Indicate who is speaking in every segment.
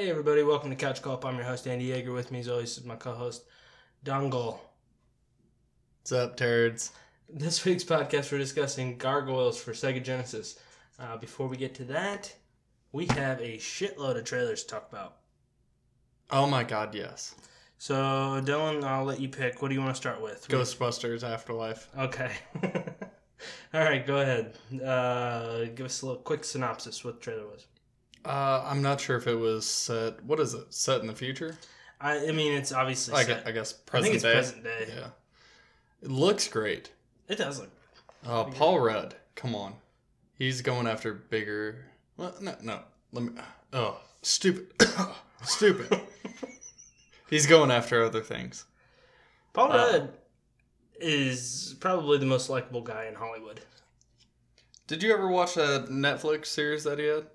Speaker 1: welcome to Couch Co-op. I'm your host Andy Yeager. With me, as always, is my co-host Dongle.
Speaker 2: What's up, turds?
Speaker 1: This week's podcast, we're discussing Gargoyles for Sega Genesis. Uh, before we get to that, we have a shitload of trailers to talk about.
Speaker 2: Oh my god, yes.
Speaker 1: So, Dylan, I'll let you pick. What do you want to start with?
Speaker 2: Ghostbusters Afterlife.
Speaker 1: Okay. All right, go ahead. Uh, give us a little quick synopsis what the trailer was.
Speaker 2: Uh, I'm not sure if it was set. What is it? Set in the future?
Speaker 1: I, I mean, it's obviously
Speaker 2: I guess,
Speaker 1: set.
Speaker 2: I guess
Speaker 1: I
Speaker 2: present
Speaker 1: think it's
Speaker 2: day.
Speaker 1: present day.
Speaker 2: Yeah. It looks great.
Speaker 1: It does look.
Speaker 2: Uh, Paul Rudd, come on. He's going after bigger. Well, no, no. Let me. Oh, stupid. stupid. He's going after other things.
Speaker 1: Paul
Speaker 2: Uh,
Speaker 1: Rudd is probably the most likable guy in Hollywood.
Speaker 2: Did you ever watch that Netflix series that he had?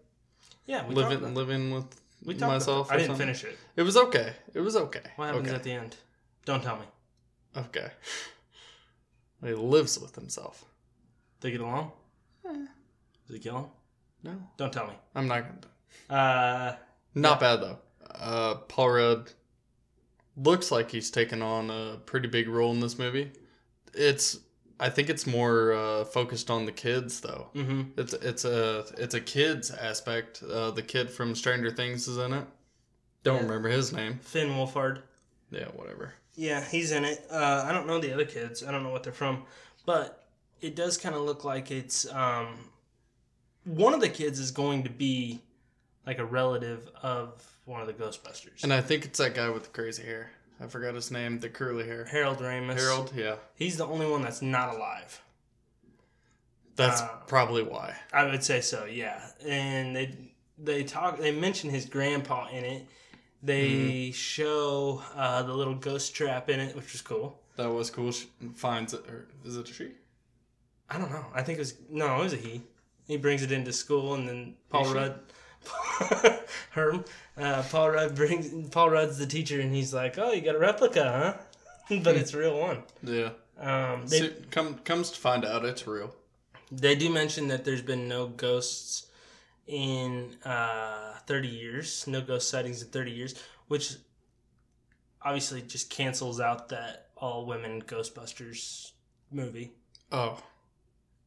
Speaker 1: Yeah, we talked
Speaker 2: Living,
Speaker 1: about-
Speaker 2: living with
Speaker 1: we talked about
Speaker 2: myself.
Speaker 1: that. I
Speaker 2: or
Speaker 1: didn't
Speaker 2: something?
Speaker 1: finish it.
Speaker 2: It was okay. It was okay.
Speaker 1: What happens
Speaker 2: okay.
Speaker 1: at the end? Don't tell me.
Speaker 2: Okay. He lives with himself.
Speaker 1: They get along?
Speaker 2: Eh.
Speaker 1: Does it kill him?
Speaker 2: No,
Speaker 1: Don't tell me.
Speaker 2: I'm not gonna.
Speaker 1: Uh,
Speaker 2: Not bad though. Uh, Paul Rudd looks like he's taken on a pretty big role in this movie. It's I think it's more uh, focused on the kids though.
Speaker 1: mm-hmm.
Speaker 2: It's it's a it's a kids aspect. Uh, the kid from Stranger Things is in it. Don't
Speaker 1: Yeah.
Speaker 2: remember his name.
Speaker 1: Finn Wolfhard.
Speaker 2: Yeah, whatever.
Speaker 1: Yeah, he's in it. Uh, I don't know the other kids. I don't know what they're from, but it does kind of look like it's um, one of the kids is going to be like a relative of one of the Ghostbusters.
Speaker 2: And I think it's that guy with the crazy hair. I forgot his name. The curly hair.
Speaker 1: Harold Ramis.
Speaker 2: Harold. Yeah,
Speaker 1: He's the only one that's not alive.
Speaker 2: that's
Speaker 1: Uh,
Speaker 2: probably why.
Speaker 1: I would say so, yeah. And they they talk they mention his grandpa in it. They
Speaker 2: Mm-hmm.
Speaker 1: show uh, the little ghost trap in it, which was cool.
Speaker 2: That was cool. She finds it. Or is it a she?
Speaker 1: I don't know. I think it was no, it was a he. He brings it into school, and then Paul
Speaker 2: she?
Speaker 1: Rudd, Herm, uh, Paul Rudd brings Paul Rudd's the teacher, and he's like, "Oh, you got a replica, huh?" but it's a real one.
Speaker 2: Yeah.
Speaker 1: Um, they
Speaker 2: Hmm. So, come comes to find out, it's real.
Speaker 1: They do mention that there's been no ghosts in uh, 30 years, no ghost sightings in 30 years, which obviously just cancels out that all women Ghostbusters movie.
Speaker 2: Oh,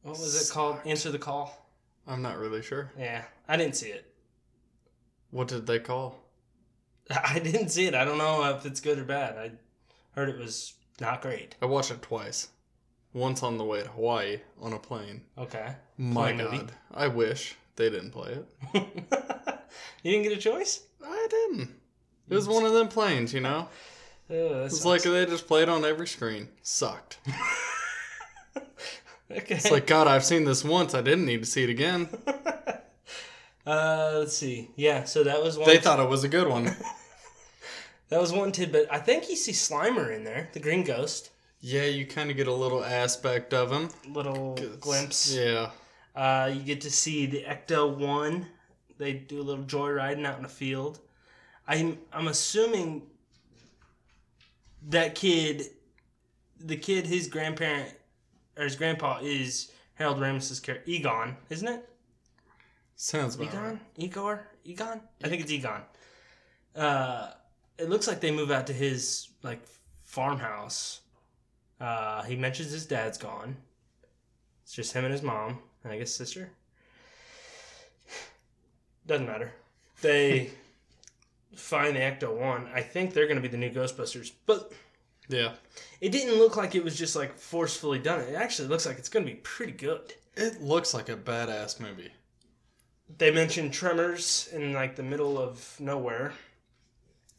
Speaker 1: What was it called? Answer the Call?
Speaker 2: I'm not really sure.
Speaker 1: Yeah, I didn't see it.
Speaker 2: What did they call?
Speaker 1: I didn't see it. I don't know if it's good or bad. I heard it was not great.
Speaker 2: I watched it twice. Once on the way to Hawaii on a plane.
Speaker 1: Okay.
Speaker 2: My
Speaker 1: Plane
Speaker 2: God,
Speaker 1: movie?
Speaker 2: I wish they didn't play it.
Speaker 1: you didn't get a choice?
Speaker 2: I didn't. It was one of them planes, you know.
Speaker 1: Oh, that's
Speaker 2: It's like they just played on every screen. Sucked.
Speaker 1: okay.
Speaker 2: It's like God, I've seen this once. I didn't need to see it again.
Speaker 1: uh, let's see. Yeah, so that was one.
Speaker 2: They thought it was a good one.
Speaker 1: That was one tidbit. I think you see Slimer in there, the Green Ghost,
Speaker 2: Yeah, you kind of get a little aspect of him.
Speaker 1: little glimpse.
Speaker 2: Yeah.
Speaker 1: Uh, you get to see the Ecto One. They do a little joyriding out in the field. I'm I'm assuming that kid, the kid, his grandparent or his grandpa is Harold Ramis's character Egon, isn't it?
Speaker 2: Sounds about right.
Speaker 1: Egon, Igor, Egon. I think it's Egon. Uh, it looks like they move out to his like farmhouse. Uh, he mentions his dad's gone. It's just him and his mom, and I guess sister. Doesn't matter. They find the Ecto One. I think they're going to be the new Ghostbusters, but
Speaker 2: Yeah.
Speaker 1: it didn't look like it was just like forcefully done. It actually looks like it's going to be pretty good.
Speaker 2: It looks like a badass movie.
Speaker 1: they mentioned tremors in like the middle of nowhere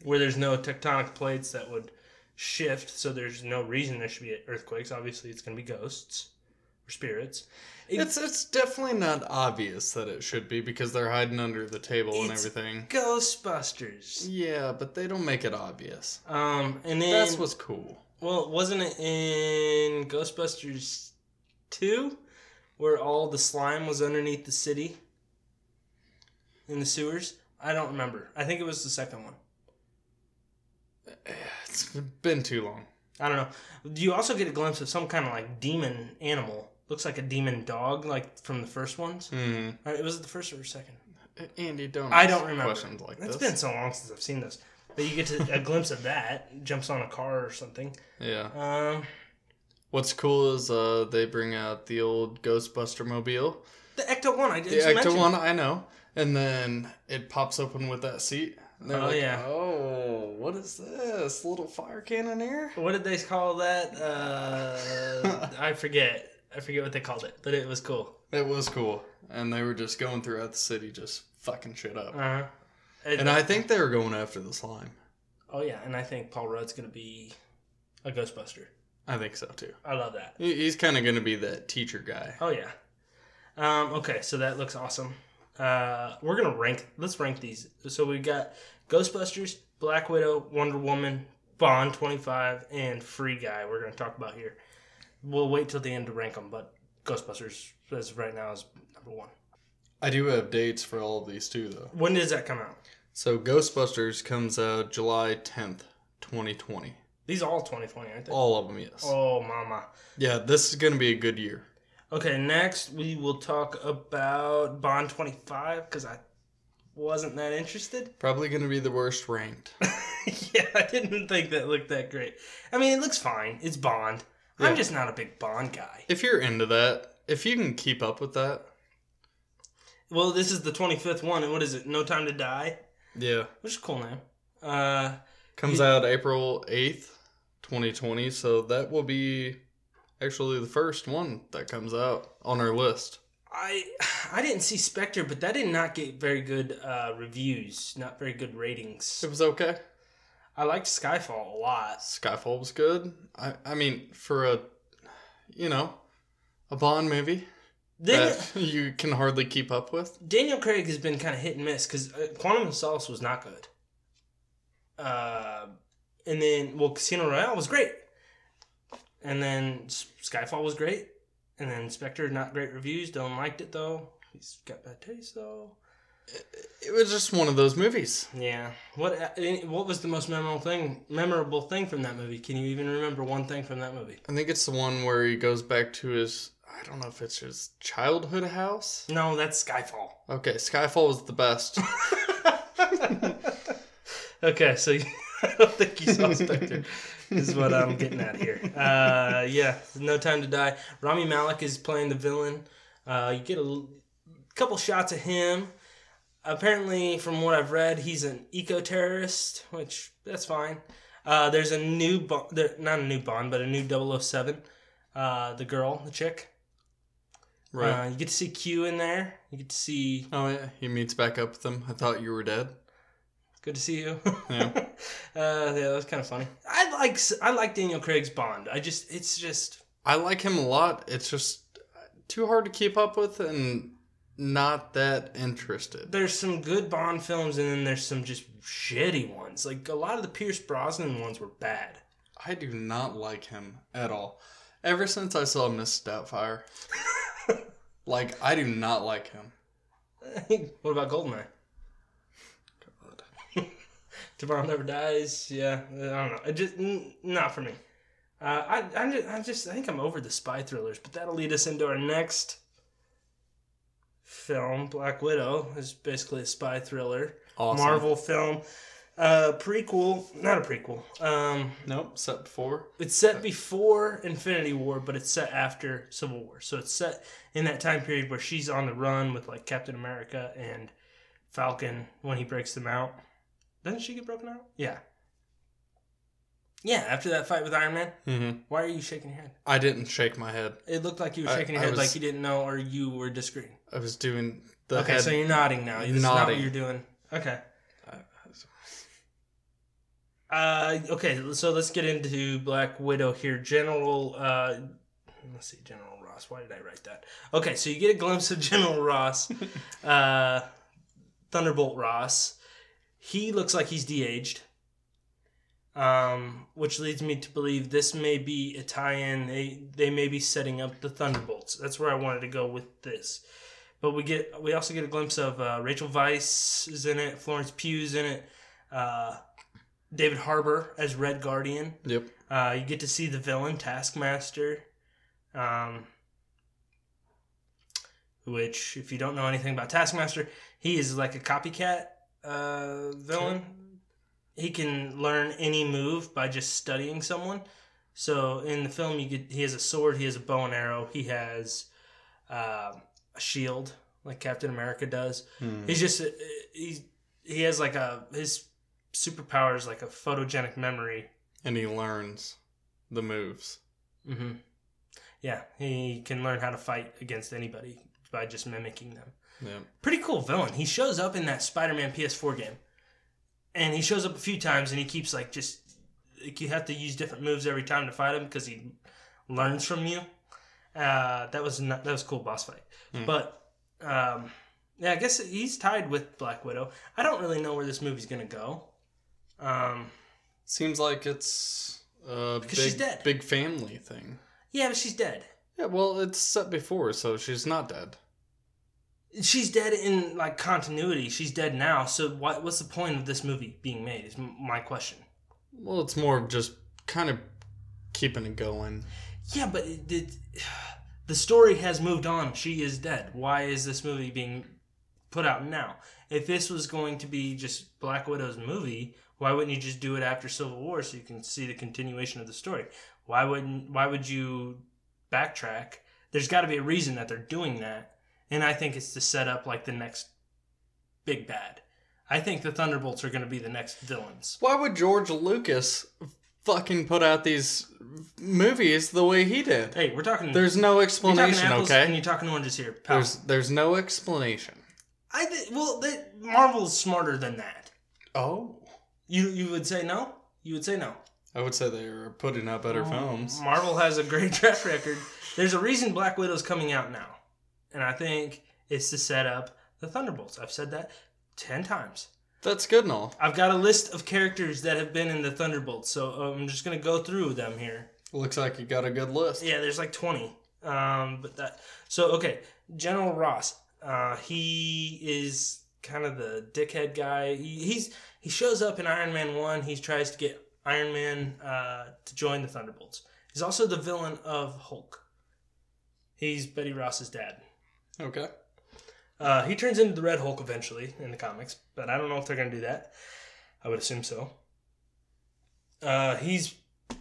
Speaker 1: where there's no tectonic plates that would shift so there's no reason there should be earthquakes obviously it's going to be ghosts or spirits
Speaker 2: It's it's definitely not obvious that it should be because they're hiding under the table and
Speaker 1: It's-
Speaker 2: everything.
Speaker 1: ghostbusters
Speaker 2: Yeah, but they don't make it obvious.
Speaker 1: um and then
Speaker 2: That's what's cool.
Speaker 1: well wasn't it in ghostbusters 2 where all the slime was underneath the city in the sewers i don't remember i think it was the second one
Speaker 2: It's been too long.
Speaker 1: I don't know. Do you also get a glimpse of some kind of like demon animal? Looks like a demon dog, like from the first ones.
Speaker 2: Hmm.
Speaker 1: Or was it the first or second?
Speaker 2: Andy, don't.
Speaker 1: I
Speaker 2: ask
Speaker 1: don't remember.
Speaker 2: questions like
Speaker 1: It's been
Speaker 2: this.
Speaker 1: so long since I've seen this. But you get to, a glimpse of that, jumps on a car or something.
Speaker 2: Yeah.
Speaker 1: Um,
Speaker 2: What's cool is uh, they bring out the old Ghostbuster mobile,
Speaker 1: the Ecto 1, I did
Speaker 2: the Ecto one I know, and then it pops open with that seat. And they're
Speaker 1: Oh,
Speaker 2: like,
Speaker 1: yeah.
Speaker 2: Oh, what is this little fire cannon here?
Speaker 1: What did they call that? Uh, I forget. I forget what they called it, but it was cool.
Speaker 2: It was cool, and they were just going throughout the city, just fucking shit up.
Speaker 1: Uh-huh.
Speaker 2: And I think they were going after the slime.
Speaker 1: Oh yeah, and I think Paul Rudd's gonna be a Ghostbuster.
Speaker 2: I think so too.
Speaker 1: I love that.
Speaker 2: He- He's kind of going to be that teacher guy.
Speaker 1: Oh yeah. Um, okay, so that looks awesome. Uh, we're gonna rank. Let's rank these. So we got Ghostbusters, Black Widow, Wonder Woman, Bond twenty five, and Free Guy. We're gonna talk about here. We'll wait till the end to rank them, but Ghostbusters as of right now is number one.
Speaker 2: I do have dates for all of these too, though.
Speaker 1: When does that come out?
Speaker 2: So Ghostbusters comes out July 10th, 2020.
Speaker 1: These are all twenty twenty, aren't they?
Speaker 2: All of them, yes.
Speaker 1: Oh mama.
Speaker 2: Yeah, this is going to be a good year.
Speaker 1: Okay, next we will talk about Bond 25 because I wasn't that interested.
Speaker 2: Probably going to be the worst ranked.
Speaker 1: yeah, I didn't think that looked that great. I mean, it looks fine. It's Bond.
Speaker 2: Yeah.
Speaker 1: I'm just not a big Bond guy.
Speaker 2: if you're into that, if you can keep up with that,
Speaker 1: Well, this is the 25th one, and what is it? No Time to Die?
Speaker 2: yeah.
Speaker 1: Which is a cool name. Uh,
Speaker 2: Comes
Speaker 1: Yeah.
Speaker 2: out April 8th, 2020. So that will be actually the first one that comes out on our list.
Speaker 1: I I didn't see Spectre, but that did not get very good uh, reviews, not very good ratings.
Speaker 2: It was okay.
Speaker 1: I liked Skyfall a lot.
Speaker 2: Skyfall was good. I, I mean, for a, you know, a Bond movie
Speaker 1: Then,
Speaker 2: that you can hardly keep up with.
Speaker 1: Daniel Craig has been kind of hit and miss because uh, Quantum of Solace was not good. Uh, and then, well, Casino Royale was great. And then S- Skyfall was great. And then Spectre, not great reviews. Don't liked it though. He's got bad taste though.
Speaker 2: It was just one of those movies.
Speaker 1: Yeah. What uh, any- What was the most memorable thing? Memorable thing from that movie? Can you even remember one thing from that movie?
Speaker 2: I think it's the one where he goes back to his, I don't know if it's his childhood house.
Speaker 1: No, that's Skyfall.
Speaker 2: Okay, Skyfall was the best.
Speaker 1: okay, so you, I don't think you saw Spectre, is what I'm getting at here. Uh, yeah, No Time to Die. Rami Malik is playing the villain. Uh, you get a l- couple shots of him. Apparently, from what I've read, he's an eco terrorist, which that's fine. Uh, there's a new Bond, there, not a new Bond, but a new 007. Uh, the girl, the chick.
Speaker 2: right.
Speaker 1: Uh, you get to see Q in there. You get to see
Speaker 2: oh, yeah. He meets back up with him. I thought you were dead.
Speaker 1: Good to see you.
Speaker 2: Yeah.
Speaker 1: uh, yeah, that was kind of funny. I like I like Daniel Craig's Bond. I just it's just
Speaker 2: I like him a lot. It's just too hard to keep up with and not that interested.
Speaker 1: there's some good Bond films and then there's some just shitty ones. Like a lot of the Pierce Brosnan ones were bad.
Speaker 2: I do not like him at all. Ever since I saw Miss Doubtfire, like I do not like him.
Speaker 1: what about Goldeneye?
Speaker 2: God.
Speaker 1: Tomorrow Never Dies. Yeah, I don't know. It just n- not for me. Uh, I I'm just, I just I think I'm over the spy thrillers, but that'll lead us into our next film. Black Widow is basically a spy thriller.
Speaker 2: Awesome.
Speaker 1: Marvel film. Uh, prequel, not a prequel. Um,
Speaker 2: Nope. Set before.
Speaker 1: it's set before Infinity War, but it's set after Civil War. So it's set in that time period where she's on the run with like Captain America and Falcon when he breaks them out. Doesn't she get broken out? Yeah. Yeah, after that fight with Iron Man.
Speaker 2: Mm-hmm.
Speaker 1: Why are you shaking your head?
Speaker 2: I didn't shake my head.
Speaker 1: It looked like you were
Speaker 2: I-
Speaker 1: shaking your
Speaker 2: I
Speaker 1: head
Speaker 2: was-
Speaker 1: like you didn't know or you were discreet.
Speaker 2: I was doing the
Speaker 1: okay,
Speaker 2: head.
Speaker 1: so you're nodding now. This is not what
Speaker 2: Nodding.
Speaker 1: you're doing. Okay. Uh, okay, so let's get into Black Widow here. General, uh, let's see, General Ross. Why did I write that? Okay, so you get a glimpse of General Ross, uh, Thunderbolt Ross. He looks like he's de-aged, um, which leads me to believe this may be a tie-in. They they may be setting up the Thunderbolts. That's where I wanted to go with this. But we get we also get a glimpse of uh, Rachel Weisz is in it, Florence Pugh's in it. Uh, David Harbour as Red Guardian.
Speaker 2: yep.
Speaker 1: Uh, you get to see the villain Taskmaster. Um, which, if you don't know anything about Taskmaster, he is like a copycat uh, villain. He can learn any move by just studying someone. So in the film, you get he has a sword, he has a bow and arrow, he has um a shield like Captain America does.
Speaker 2: Hmm.
Speaker 1: He's just uh, he he has like a his superpower is like a photogenic memory.
Speaker 2: And he learns the moves.
Speaker 1: Mm-hmm. Yeah, he can learn how to fight against anybody by just mimicking them.
Speaker 2: Yep.
Speaker 1: Pretty cool villain. He shows up in that Spider-Man PS4 game, and he shows up a few times, and he keeps like just like you have to use different moves every time to fight him because he learns from you. Uh, that was not, that was a cool boss fight,
Speaker 2: Mm.
Speaker 1: but. Um, yeah, I guess he's tied with Black Widow. I don't really know where this movie's gonna go. Um,
Speaker 2: Seems like it's a big,
Speaker 1: Because she's dead.
Speaker 2: big family thing.
Speaker 1: yeah, but she's dead.
Speaker 2: Yeah, well, it's set before, so she's not dead.
Speaker 1: she's dead in like continuity. She's dead now. So what, what's the point of this movie being made? Is m- my question.
Speaker 2: Well, it's more of just kind of keeping it going.
Speaker 1: Yeah, but it, it, the story has moved on. She is dead. Why is this movie being put out now? If this was going to be just Black Widow's movie, why wouldn't you just do it after Civil War so you can see the continuation of the story? Why wouldn't why would you backtrack? There's got to be a reason that they're doing that. And I think it's to set up like the next big bad. I think the Thunderbolts are going to be the next villains.
Speaker 2: Why would George Lucas fucking put out these movies the way he did?
Speaker 1: Hey, we're talking
Speaker 2: There's no
Speaker 1: you're talking
Speaker 2: explanation,
Speaker 1: apples and
Speaker 2: okay?
Speaker 1: you're talking oranges here. pal.
Speaker 2: There's there's no explanation.
Speaker 1: I th- well, they, Marvel's smarter than that.
Speaker 2: Oh,
Speaker 1: You you would say no? You would say no.
Speaker 2: I would say they were putting out
Speaker 1: Oh.
Speaker 2: better films.
Speaker 1: Marvel has a great track record. There's a reason Black Widow's coming out now, and I think it's to set up the Thunderbolts. I've said that ten times.
Speaker 2: That's good and all.
Speaker 1: I've got a list of characters that have been in the Thunderbolts, so uh, I'm just gonna go through them here.
Speaker 2: Looks like you got a good list.
Speaker 1: Yeah, there's like 20. Um, but that so okay, General Ross. Uh, he is kind of the dickhead guy. He, he's he shows up in Iron Man one. He tries to get Iron Man uh, to join the Thunderbolts. He's also the villain of Hulk. He's Betty Ross's dad.
Speaker 2: Okay.
Speaker 1: Uh, he turns into the Red Hulk eventually in the comics, but I don't know if they're going to do that. I would assume so. Uh, he's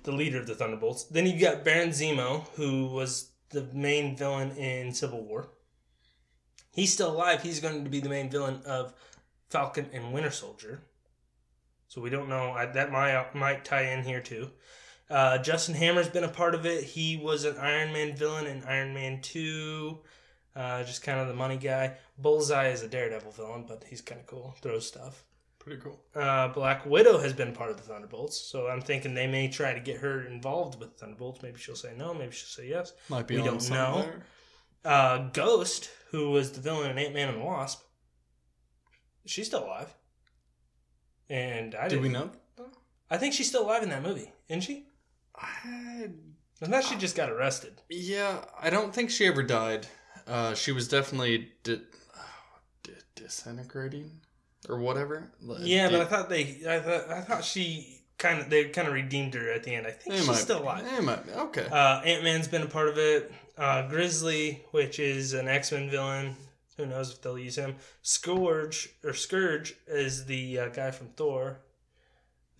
Speaker 1: the leader of the Thunderbolts. Then you've got Baron Zemo, who was the main villain in Civil War. He's still alive. He's going to be the main villain of Falcon and Winter Soldier. So we don't know. I, that might, might tie in here too. Uh, Justin Hammer's been a part of it. He was an Iron Man villain in Iron Man 2 uh, just kind of the money guy. Bullseye is a daredevil villain, but he's kind of cool. Throws stuff.
Speaker 2: Pretty cool.
Speaker 1: Uh, Black Widow has been part of the Thunderbolts, so I'm thinking they may try to get her involved with Thunderbolts. Maybe she'll say no. Maybe she'll say yes.
Speaker 2: Might be
Speaker 1: We
Speaker 2: on
Speaker 1: don't
Speaker 2: something
Speaker 1: know.
Speaker 2: there.
Speaker 1: Uh, Ghost, who was the villain in Ant Man and the Wasp, she's still alive. And I
Speaker 2: Do we
Speaker 1: didn't-
Speaker 2: know?
Speaker 1: I think she's still alive in that movie, isn't she?
Speaker 2: I,
Speaker 1: Unless she just got arrested.
Speaker 2: yeah, I don't think she ever died. Uh, she was definitely di- di- disintegrating or whatever. Like,
Speaker 1: Yeah, but I
Speaker 2: di-
Speaker 1: thought they, I thought, I thought she kind of, they kind of redeemed her at the end. I think
Speaker 2: they
Speaker 1: she's
Speaker 2: might-
Speaker 1: still alive.
Speaker 2: they might- okay.
Speaker 1: Uh, Ant Man's been a part of it. Uh, Grizzly, which is an X Men villain. Who knows if they'll use him? Scourge or Scourge is the uh, guy from Thor.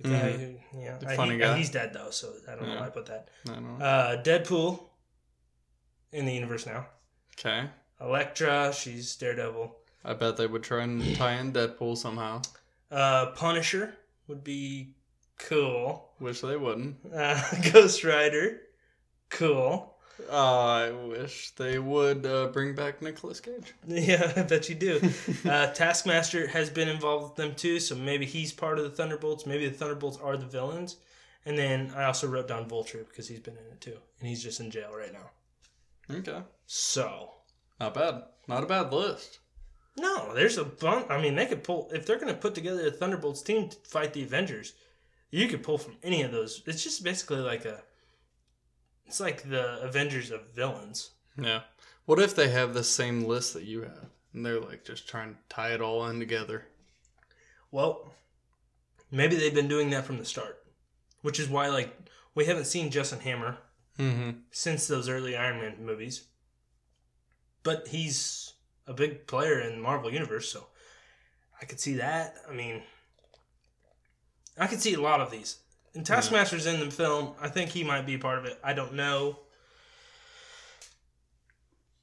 Speaker 1: The guy who, yeah,
Speaker 2: Mm-hmm. The
Speaker 1: I-
Speaker 2: funny
Speaker 1: he- uh,
Speaker 2: guy.
Speaker 1: He's dead though, so I don't know why I put that.
Speaker 2: I don't know.
Speaker 1: Uh, Deadpool in the universe now.
Speaker 2: okay.
Speaker 1: Elektra, she's Daredevil.
Speaker 2: I bet they would try and tie in Deadpool somehow.
Speaker 1: Uh, Punisher would be cool.
Speaker 2: Wish they wouldn't.
Speaker 1: Uh, Ghost Rider, cool.
Speaker 2: Uh, I wish they would uh, bring back Nicolas Cage.
Speaker 1: Yeah, I bet you do. uh, Taskmaster has been involved with them too, so maybe he's part of the Thunderbolts. Maybe the Thunderbolts are the villains. And then I also wrote down Vulture because he's been in it too, and he's just in jail right now.
Speaker 2: Okay.
Speaker 1: So
Speaker 2: Not bad. Not a bad list.
Speaker 1: no, there's a bunch. I mean, they could pull if they're going to put together a Thunderbolts team to fight the Avengers. You could pull from any of those. It's just basically like a. It's like the Avengers of villains.
Speaker 2: Yeah. What if they have the same list that you have? And they're like just trying to tie it all in together.
Speaker 1: Well, maybe they've been doing that from the start, which is why like we haven't seen Justin Hammer
Speaker 2: Mm-hmm.
Speaker 1: since those early Iron Man movies. But he's a big player in Marvel Universe, so I could see that. I mean, I could see a lot of these. And
Speaker 2: Yeah.
Speaker 1: Taskmaster's in the film. I think he might be part of it. I don't know.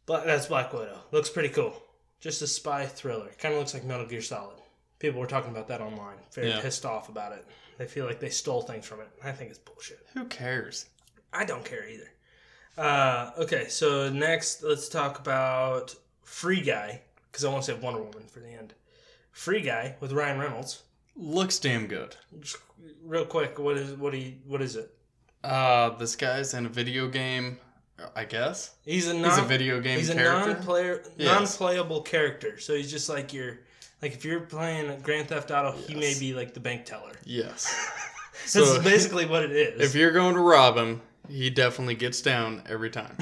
Speaker 1: But that's Black Widow. Looks pretty cool. Just a spy thriller. Kind of looks like Metal Gear Solid. People were talking about that online. Very
Speaker 2: Yeah.
Speaker 1: pissed off about it. They feel like they stole things from it. I think it's bullshit.
Speaker 2: Who cares?
Speaker 1: I don't care either. Uh, okay, so next let's talk about Free Guy because I want to say Wonder Woman for the end. Free Guy with Ryan Reynolds.
Speaker 2: Looks damn good.
Speaker 1: Just real quick, what is what he what is it?
Speaker 2: Uh, this guy's in a video game, I guess.
Speaker 1: He's a non,
Speaker 2: He's a video game
Speaker 1: he's a
Speaker 2: character.
Speaker 1: non-player
Speaker 2: Yes.
Speaker 1: non-playable character. So he's just like your like if you're playing Grand Theft Auto, he may
Speaker 2: Yes.
Speaker 1: be like the bank teller.
Speaker 2: yes.
Speaker 1: This
Speaker 2: So-
Speaker 1: is basically what it is.
Speaker 2: If you're going to rob him, he definitely gets down every time.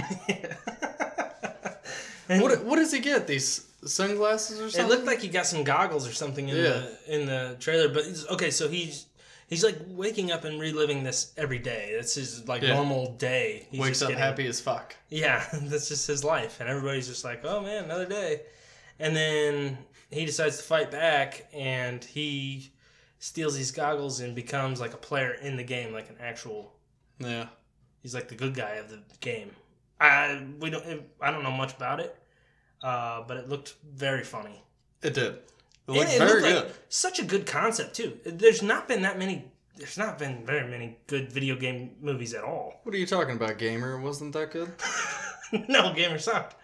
Speaker 1: And-
Speaker 2: what What does he get? These sunglasses or
Speaker 1: It
Speaker 2: something?
Speaker 1: looked like he got some goggles or something in the in the trailer. But he's, okay, so he's he's like waking up and reliving this every day. That's his like
Speaker 2: Yeah.
Speaker 1: normal day. He's
Speaker 2: Wakes
Speaker 1: just
Speaker 2: up
Speaker 1: getting-
Speaker 2: happy as fuck.
Speaker 1: Yeah, that's just his life, and everybody's just like, "Oh man, another day." And then he decides to fight back, and he steals these goggles and becomes like a player in the game, like an actual.
Speaker 2: Yeah.
Speaker 1: He's like the good guy of the game. I we don't I don't know much about it, uh, but it looked very funny.
Speaker 2: It did. It
Speaker 1: And
Speaker 2: looked
Speaker 1: it
Speaker 2: very
Speaker 1: looked like
Speaker 2: good.
Speaker 1: such a good concept too. There's not been that many. There's not been very many good video game movies at all.
Speaker 2: what are you talking about, gamer? Wasn't that good?
Speaker 1: no, gamers sucked.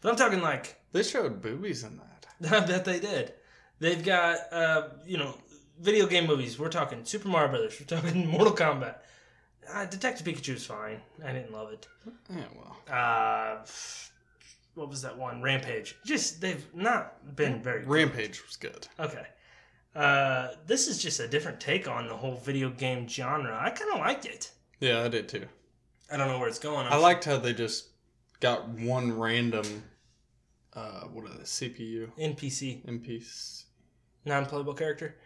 Speaker 1: But I'm talking like
Speaker 2: They showed boobies in that.
Speaker 1: I bet they did. They've got uh, you know video game movies. We're talking Super Mario Brothers. We're talking Mortal Kombat. Uh, Detective Pikachu's fine. I didn't love it.
Speaker 2: Yeah, well.
Speaker 1: Uh, what was that one? Rampage. Just they've not been very good.
Speaker 2: Rampage was good.
Speaker 1: Okay. Uh, this is just a different take on the whole video game genre. I kind of liked it.
Speaker 2: Yeah, I did too.
Speaker 1: I don't know where it's going.
Speaker 2: I liked how they just got one random, uh, what are they, CPU,
Speaker 1: NPC,
Speaker 2: NPC,
Speaker 1: non-playable character.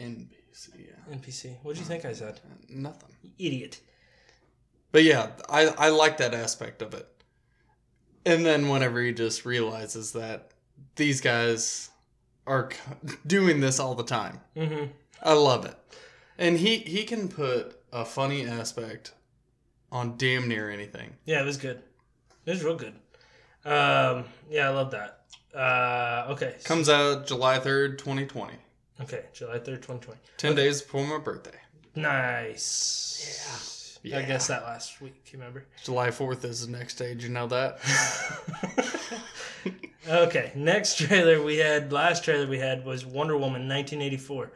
Speaker 2: NPC, yeah, Uh,
Speaker 1: NPC. What'd you think I said?
Speaker 2: nothing.
Speaker 1: Idiot.
Speaker 2: But yeah, I I like that aspect of it. And then whenever he just realizes that these guys are c- doing this all the time,
Speaker 1: Mm-hmm.
Speaker 2: I love it. And he he can put a funny aspect on damn near anything.
Speaker 1: Yeah, it was good. It was real good. Um, yeah, I love that. Uh, okay.
Speaker 2: Comes out July third, twenty twenty.
Speaker 1: okay, July third, twenty twenty.
Speaker 2: Ten days before my birthday.
Speaker 1: Nice.
Speaker 2: Yeah.
Speaker 1: I guess that last week. You remember?
Speaker 2: July 4th is the next day. Did you know that?
Speaker 1: okay, next trailer we had, last trailer we had was Wonder Woman 1984.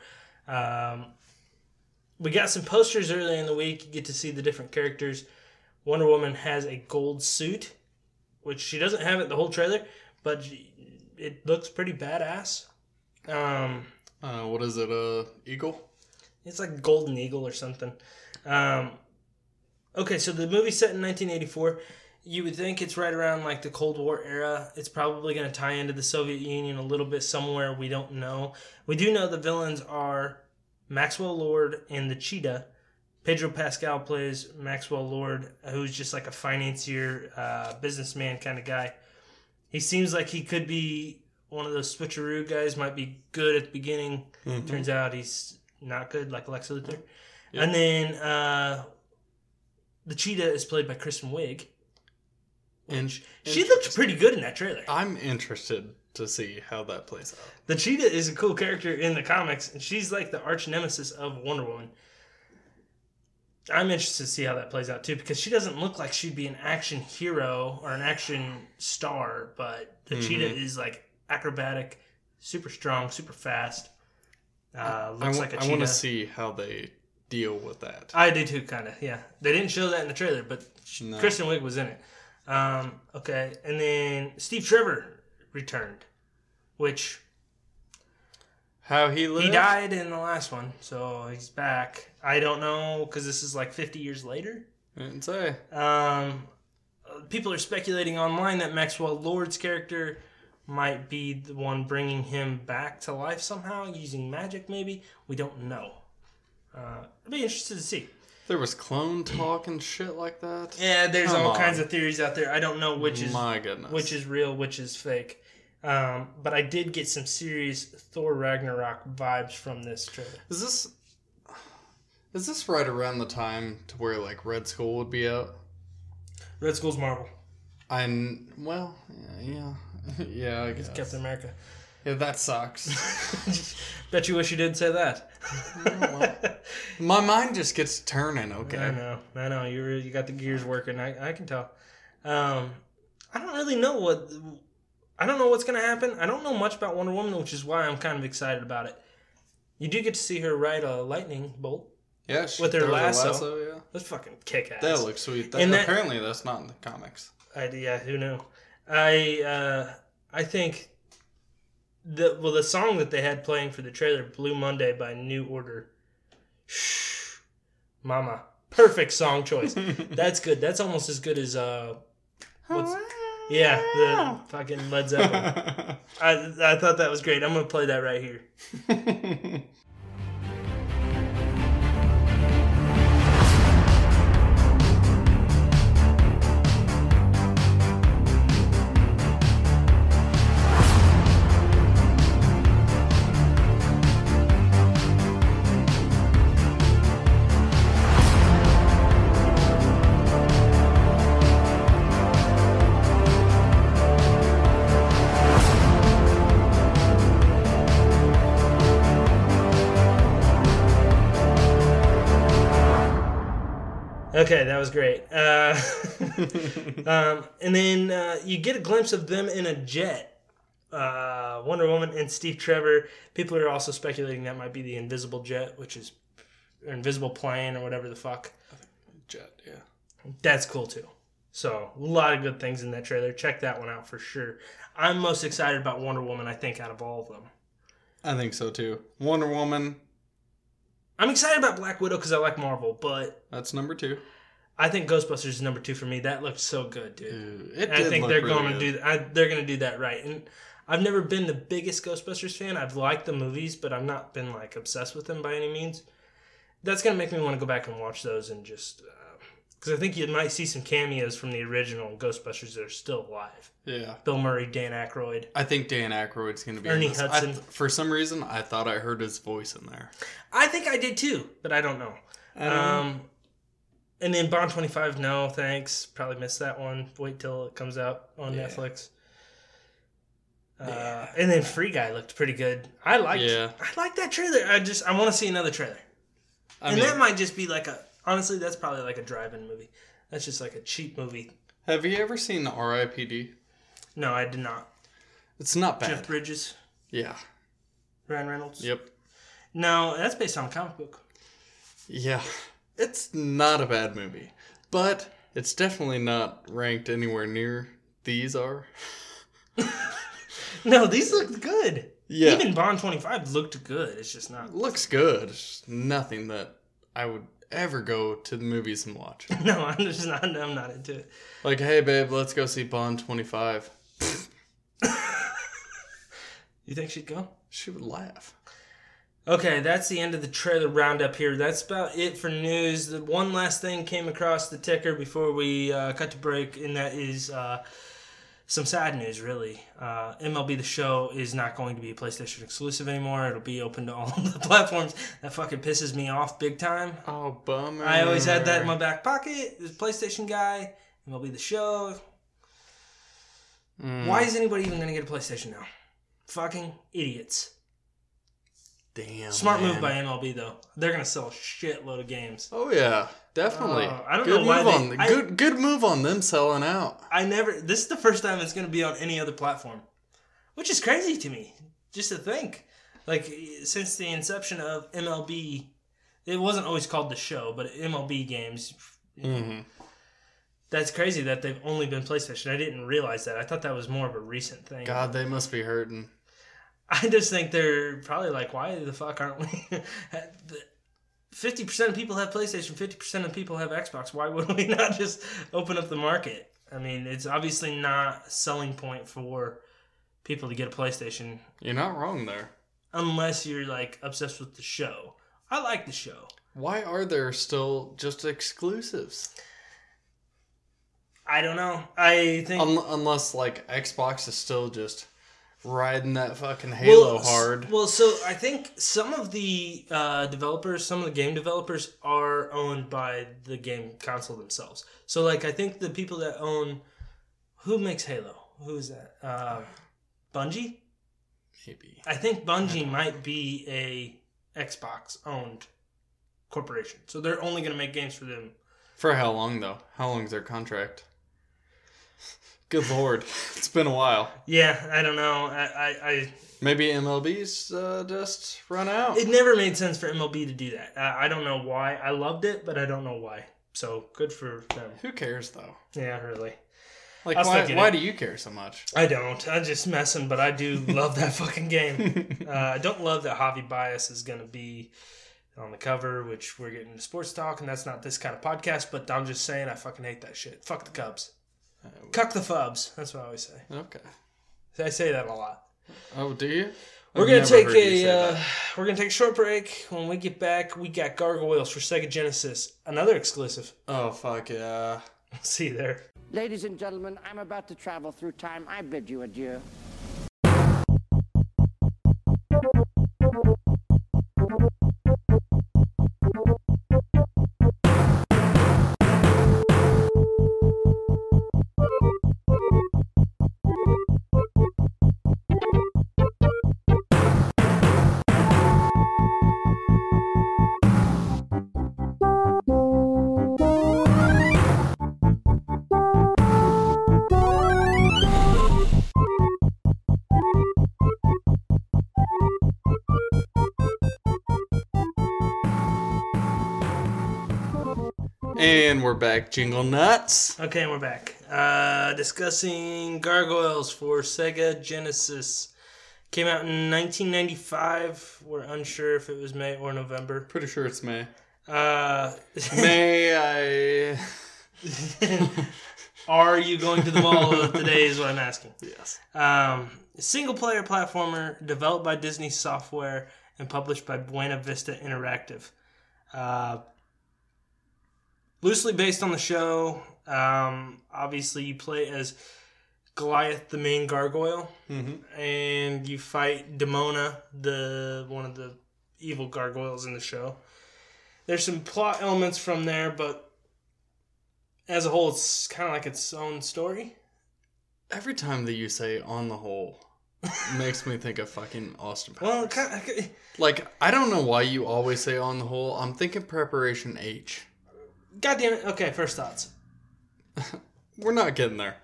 Speaker 1: Um, we got some posters earlier in the week. You get to see the different characters. Wonder Woman has a gold suit, which she doesn't have it the whole trailer, but she- it looks pretty badass. Um,
Speaker 2: Uh, what is it? Uh, Eagle?
Speaker 1: it's like Golden Eagle or something. Um, okay, so the movie's set in 1984. You would think it's right around like the Cold War era. It's probably going to tie into the Soviet Union a little bit somewhere. We don't know. We do know the villains are Maxwell Lord and the Cheetah. Pedro Pascal plays Maxwell Lord, who's just like a financier, uh, businessman kind of guy. He seems like he could be one of those switcheroo guys, might be good at the beginning, Turns out he's not good, like Lex Luthor.
Speaker 2: Mm-hmm. Yeah.
Speaker 1: And then uh, the cheetah is played by Kristen Wiig.
Speaker 2: And
Speaker 1: She looked pretty good in that trailer.
Speaker 2: I'm interested to see how that plays out.
Speaker 1: The cheetah is a cool character in the comics, and she's like the arch nemesis of Wonder Woman. I'm interested to see how that plays out too, because she doesn't look like she'd be an action hero or an action star, but the
Speaker 2: Mhm.
Speaker 1: cheetah is like acrobatic, super strong, super fast. Uh, looks
Speaker 2: I,
Speaker 1: like a cheetah.
Speaker 2: want to see how they deal with that.
Speaker 1: I do too, kind of. Yeah, they didn't show that in the trailer, but sh
Speaker 2: No.
Speaker 1: Kristen Wiig was in it. Um, okay, and then Steve Trevor returned, which
Speaker 2: How he lived?
Speaker 1: he died in the last one, so he's back. I don't know because this is like 50 years later.
Speaker 2: Didn't say.
Speaker 1: Um, uh, people are speculating online that Maxwell Lord's character might be the one bringing him back to life somehow using magic. Maybe we don't know. Uh, I'd be interested to see.
Speaker 2: There was clone talk and shit like that.
Speaker 1: Yeah, there's
Speaker 2: Come
Speaker 1: all
Speaker 2: on.
Speaker 1: kinds of theories out there. I don't know which is
Speaker 2: My goodness.
Speaker 1: which is real, which is fake. Um, but I did get some serious Thor Ragnarok vibes from this trailer.
Speaker 2: Is this is this right around the time to where like Red Skull would be out?
Speaker 1: Red Skull's Marvel.
Speaker 2: I'm well, yeah, yeah, yeah I
Speaker 1: It's
Speaker 2: guess.
Speaker 1: Captain America.
Speaker 2: Yeah, that sucks.
Speaker 1: Bet you wish you didn't say that.
Speaker 2: My mind just gets turning.
Speaker 1: I
Speaker 2: Okay,
Speaker 1: know, I know. You really, you got the gears working. I, I can tell. Um, I don't really know what. I don't know what's gonna happen. I don't know much about Wonder Woman, which is why I'm kind of excited about it. You do get to see her ride a lightning bolt.
Speaker 2: yeah, she
Speaker 1: With her
Speaker 2: throws a
Speaker 1: lasso.
Speaker 2: yeah.
Speaker 1: That's fucking kick ass.
Speaker 2: That looks sweet. That,
Speaker 1: And that-
Speaker 2: apparently, that's not in the comics.
Speaker 1: I, yeah, who knew? I uh, I think the well the song that they had playing for the trailer "Blue Monday" by New Order. Shh, mama, perfect song choice. That's good. That's almost as good as uh, what's yeah the fucking Led Zeppelin. I I thought that was great. I'm gonna play that right here. Okay, that was great. Uh, um, and then uh, you get a glimpse of them in a jet. Uh, Wonder Woman and Steve Trevor. People are also speculating that might be the invisible jet, which is or invisible plane or whatever the fuck.
Speaker 2: Jet, yeah.
Speaker 1: That's cool too. So a lot of good things in that trailer. Check that one out for sure. I'm most excited about Wonder Woman. I think out of all of them,
Speaker 2: I think so too. Wonder Woman,
Speaker 1: I'm excited about Black Widow because I like Marvel, but
Speaker 2: that's number two.
Speaker 1: I think Ghostbusters is number two for me. That looked so good, dude.
Speaker 2: It
Speaker 1: And I think they're going to do th- I, they're going to do that right. And I've never been the biggest Ghostbusters fan. I've liked the movies, but I've not been like obsessed with them by any means. That's going to make me want to go back and watch those and just because I think you might see some cameos from the original Ghostbusters that are still alive.
Speaker 2: Yeah,
Speaker 1: Bill Murray, Dan Aykroyd.
Speaker 2: I think Dan Aykroyd's going to be. in
Speaker 1: Ernie
Speaker 2: this. I th-
Speaker 1: Hudson.
Speaker 2: for some reason, I thought I heard his voice in there.
Speaker 1: I think I did too, but I don't know. Um, and then Bond 25, no, thanks. Probably missed that one. Wait till it comes out on
Speaker 2: Yeah.
Speaker 1: Netflix. Uh,
Speaker 2: Yeah.
Speaker 1: And then Free Guy looked pretty good. I liked,
Speaker 2: Yeah.
Speaker 1: I liked that trailer. I just, I want to see another trailer.
Speaker 2: I
Speaker 1: and
Speaker 2: mean,
Speaker 1: that might just be like a, honestly, that's probably like a drive-in movie. That's just like a cheap movie.
Speaker 2: have you ever seen R.I.P.D.?
Speaker 1: No, I did not.
Speaker 2: It's not bad.
Speaker 1: Jeff Bridges,
Speaker 2: Yeah.
Speaker 1: Ryan Reynolds.
Speaker 2: Yep.
Speaker 1: No, that's based on a comic book.
Speaker 2: Yeah. It's not a bad movie, but it's definitely not ranked anywhere near these are.
Speaker 1: No, these looked good.
Speaker 2: Yeah.
Speaker 1: Even Bond 25 looked good. It's just not.
Speaker 2: looks good. It's Nothing that I would ever go to the movies and watch.
Speaker 1: No, I'm just not. I'm not into it.
Speaker 2: like, hey, babe, let's go see Bond 25.
Speaker 1: You think she'd go?
Speaker 2: She would laugh.
Speaker 1: Okay, that's the end of the trailer roundup here. That's about it for news. The one last thing came across the ticker before we uh, cut to break, and that is uh, some sad news, really. Uh, MLB The Show is not going to be a PlayStation exclusive anymore. It'll be open to all the platforms. That fucking pisses me off big time.
Speaker 2: Oh, bummer.
Speaker 1: I always had that in my back pocket. This PlayStation guy, MLB The Show.
Speaker 2: Mm,
Speaker 1: Why is anybody even going to get a PlayStation now? Fucking idiots.
Speaker 2: Damn.
Speaker 1: Smart
Speaker 2: man.
Speaker 1: move by MLB though. They're gonna sell a shitload of games.
Speaker 2: Oh yeah, definitely.
Speaker 1: Oh, I don't
Speaker 2: good
Speaker 1: know why
Speaker 2: move
Speaker 1: they-
Speaker 2: on the,
Speaker 1: I-
Speaker 2: good good move on them selling out.
Speaker 1: I never. This is the first time it's gonna be on any other platform, which is crazy to me. Just to think, like since the inception of MLB, it wasn't always called the show, but MLB games.
Speaker 2: Mm-hmm.
Speaker 1: That's crazy that they've only been PlayStation. I didn't realize that. I thought that was more of a recent thing.
Speaker 2: God, they must be hurting.
Speaker 1: I just think they're probably like, why the fuck aren't we? Fifty percent of people have PlayStation. Fifty percent of people have Xbox. Why would we not just open up the market? I mean, it's obviously not a selling point for people to get a PlayStation
Speaker 2: You're not wrong there.
Speaker 1: unless you're like obsessed with the show. I like the show.
Speaker 2: Why are there still just exclusives?
Speaker 1: I don't know. I think
Speaker 2: Um, Un- unless like Xbox is still just riding that fucking Halo
Speaker 1: s-
Speaker 2: hard.
Speaker 1: Well, so I think some of the uh, developers, some of the game developers, are owned by the game console themselves. So, like, I think the people that own who makes Halo, who is that? Uh, Bungie.
Speaker 2: Maybe.
Speaker 1: I think
Speaker 2: Mm-hmm.
Speaker 1: Bungie might be a Xbox owned corporation, so they're only going to make games for them.
Speaker 2: For how long though? How long's their contract? Good lord, it's been a while.
Speaker 1: Yeah, I don't know. I, I, I
Speaker 2: Maybe MLB's uh, just run out.
Speaker 1: it never made sense for MLB to do that. I, I don't know why. I loved it, but I don't know why. So good for them.
Speaker 2: Who cares though?
Speaker 1: Yeah, really.
Speaker 2: Like,
Speaker 1: I'll
Speaker 2: why,
Speaker 1: stick it
Speaker 2: why
Speaker 1: in.
Speaker 2: do you care so much?
Speaker 1: I don't. I'm just messing, but I do love that fucking game. Uh, I don't love that Javi Bias is going to be on the cover, which we're getting into sports talk, and that's not this kind of podcast, but I'm just saying I fucking hate that shit. Fuck the Cubs.
Speaker 2: Uh,
Speaker 1: Cuck the Fubs. That's what I always say.
Speaker 2: okay.
Speaker 1: I say that a lot.
Speaker 2: Oh, do you?
Speaker 1: We're
Speaker 2: I've
Speaker 1: gonna
Speaker 2: never
Speaker 1: take
Speaker 2: heard you
Speaker 1: a
Speaker 2: say
Speaker 1: uh,
Speaker 2: that.
Speaker 1: we're gonna take a short break. When we get back, we got Gargoyles for Sega Genesis, another exclusive.
Speaker 2: Oh fuck yeah!
Speaker 1: See you there.
Speaker 3: Ladies and gentlemen, I'm about to travel through time. I bid you adieu.
Speaker 2: And we're back, jingle nuts.
Speaker 1: Okay, we're back. Uh, discussing Gargoyles for Sega Genesis. Came out in 1995. We're unsure if it was May or November.
Speaker 2: Pretty sure it's May.
Speaker 1: Uh,
Speaker 2: May I?
Speaker 1: are you going to the mall today? Is what I'm asking.
Speaker 2: Yes.
Speaker 1: Um, single player platformer developed by Disney Software and published by Buena Vista Interactive. Uh, loosely based on the show, um, obviously, you play as Goliath, the main gargoyle,
Speaker 2: Mm-hmm.
Speaker 1: and you fight Demona, the one of the evil gargoyles in the show. There's some plot elements from there, but as a whole, it's kind of like its own story.
Speaker 2: Every time that you say "on the whole," makes me think of fucking Austin Powers.
Speaker 1: Well, kind of,
Speaker 2: Like I don't know why you always say "on the whole." I'm thinking preparation H.
Speaker 1: God damn it. Okay, first thoughts.
Speaker 2: We're not getting there.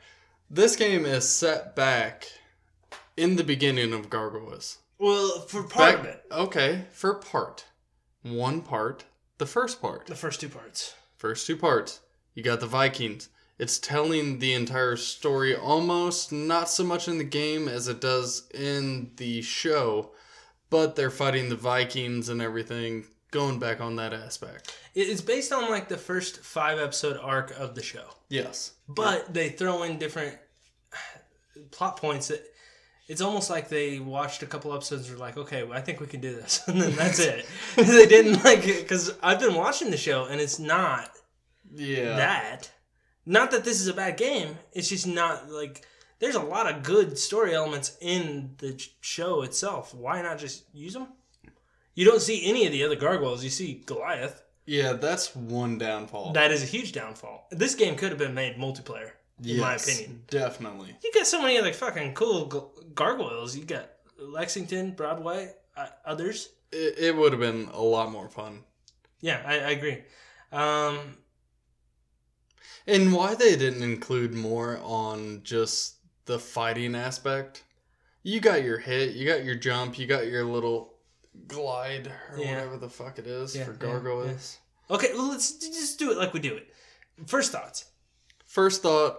Speaker 2: This game is set back in the beginning of Gargoyles.
Speaker 1: Well, for part of
Speaker 2: Back-
Speaker 1: it,
Speaker 2: Okay, for part one part, the first part.
Speaker 1: the first two parts.
Speaker 2: first two parts you got the vikings it's telling the entire story almost not so much in the game as it does in the show but they're fighting the vikings and everything going back on that aspect
Speaker 1: It- It's based on like the first five episode arc of the show,
Speaker 2: yes
Speaker 1: but they throw in different plot points that it's almost like they watched a couple episodes and were like, okay, well, I think we can do this. And then that's it. they didn't like it because I've been watching the show and it's not
Speaker 2: yeah
Speaker 1: that. Not that this is a bad game. It's just not like there's a lot of good story elements in the ch- show itself. Why not just use them? You don't see any of the other gargoyles. You see Goliath.
Speaker 2: yeah that's one downfall
Speaker 1: That is a huge downfall. This game could have been made multiplayer, in my
Speaker 2: Yes,
Speaker 1: opinion.
Speaker 2: definitely
Speaker 1: You got so many other fucking cool g- gargoyles. You got Lexington, Broadway, uh, others.
Speaker 2: it, it would have been a lot more fun
Speaker 1: Yeah, I, I agree. Um,
Speaker 2: and why they didn't include more on just the fighting aspect you got your hit you got your jump you got your little glide or
Speaker 1: Yeah.
Speaker 2: whatever the fuck it is
Speaker 1: Yeah,
Speaker 2: for
Speaker 1: yeah,
Speaker 2: gargoyles
Speaker 1: okay, well, let's d- just do it like we do it. First thoughts.
Speaker 2: first thought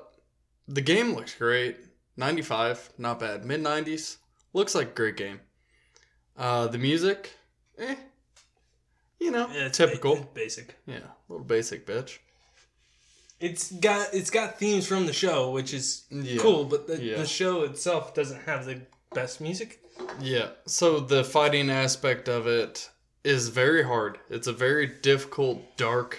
Speaker 2: the game looks great 95 not bad mid 90s looks like a great game uh the music eh you know
Speaker 1: Yeah, it's Uh, ba-
Speaker 2: typical
Speaker 1: basic.
Speaker 2: yeah little basic bitch
Speaker 1: It's got it's got themes from the show, which is
Speaker 2: Yeah.
Speaker 1: cool, but the,
Speaker 2: Yeah.
Speaker 1: the show itself doesn't have the best music.
Speaker 2: Yeah. So the fighting aspect of it is very hard. It's a very difficult, dark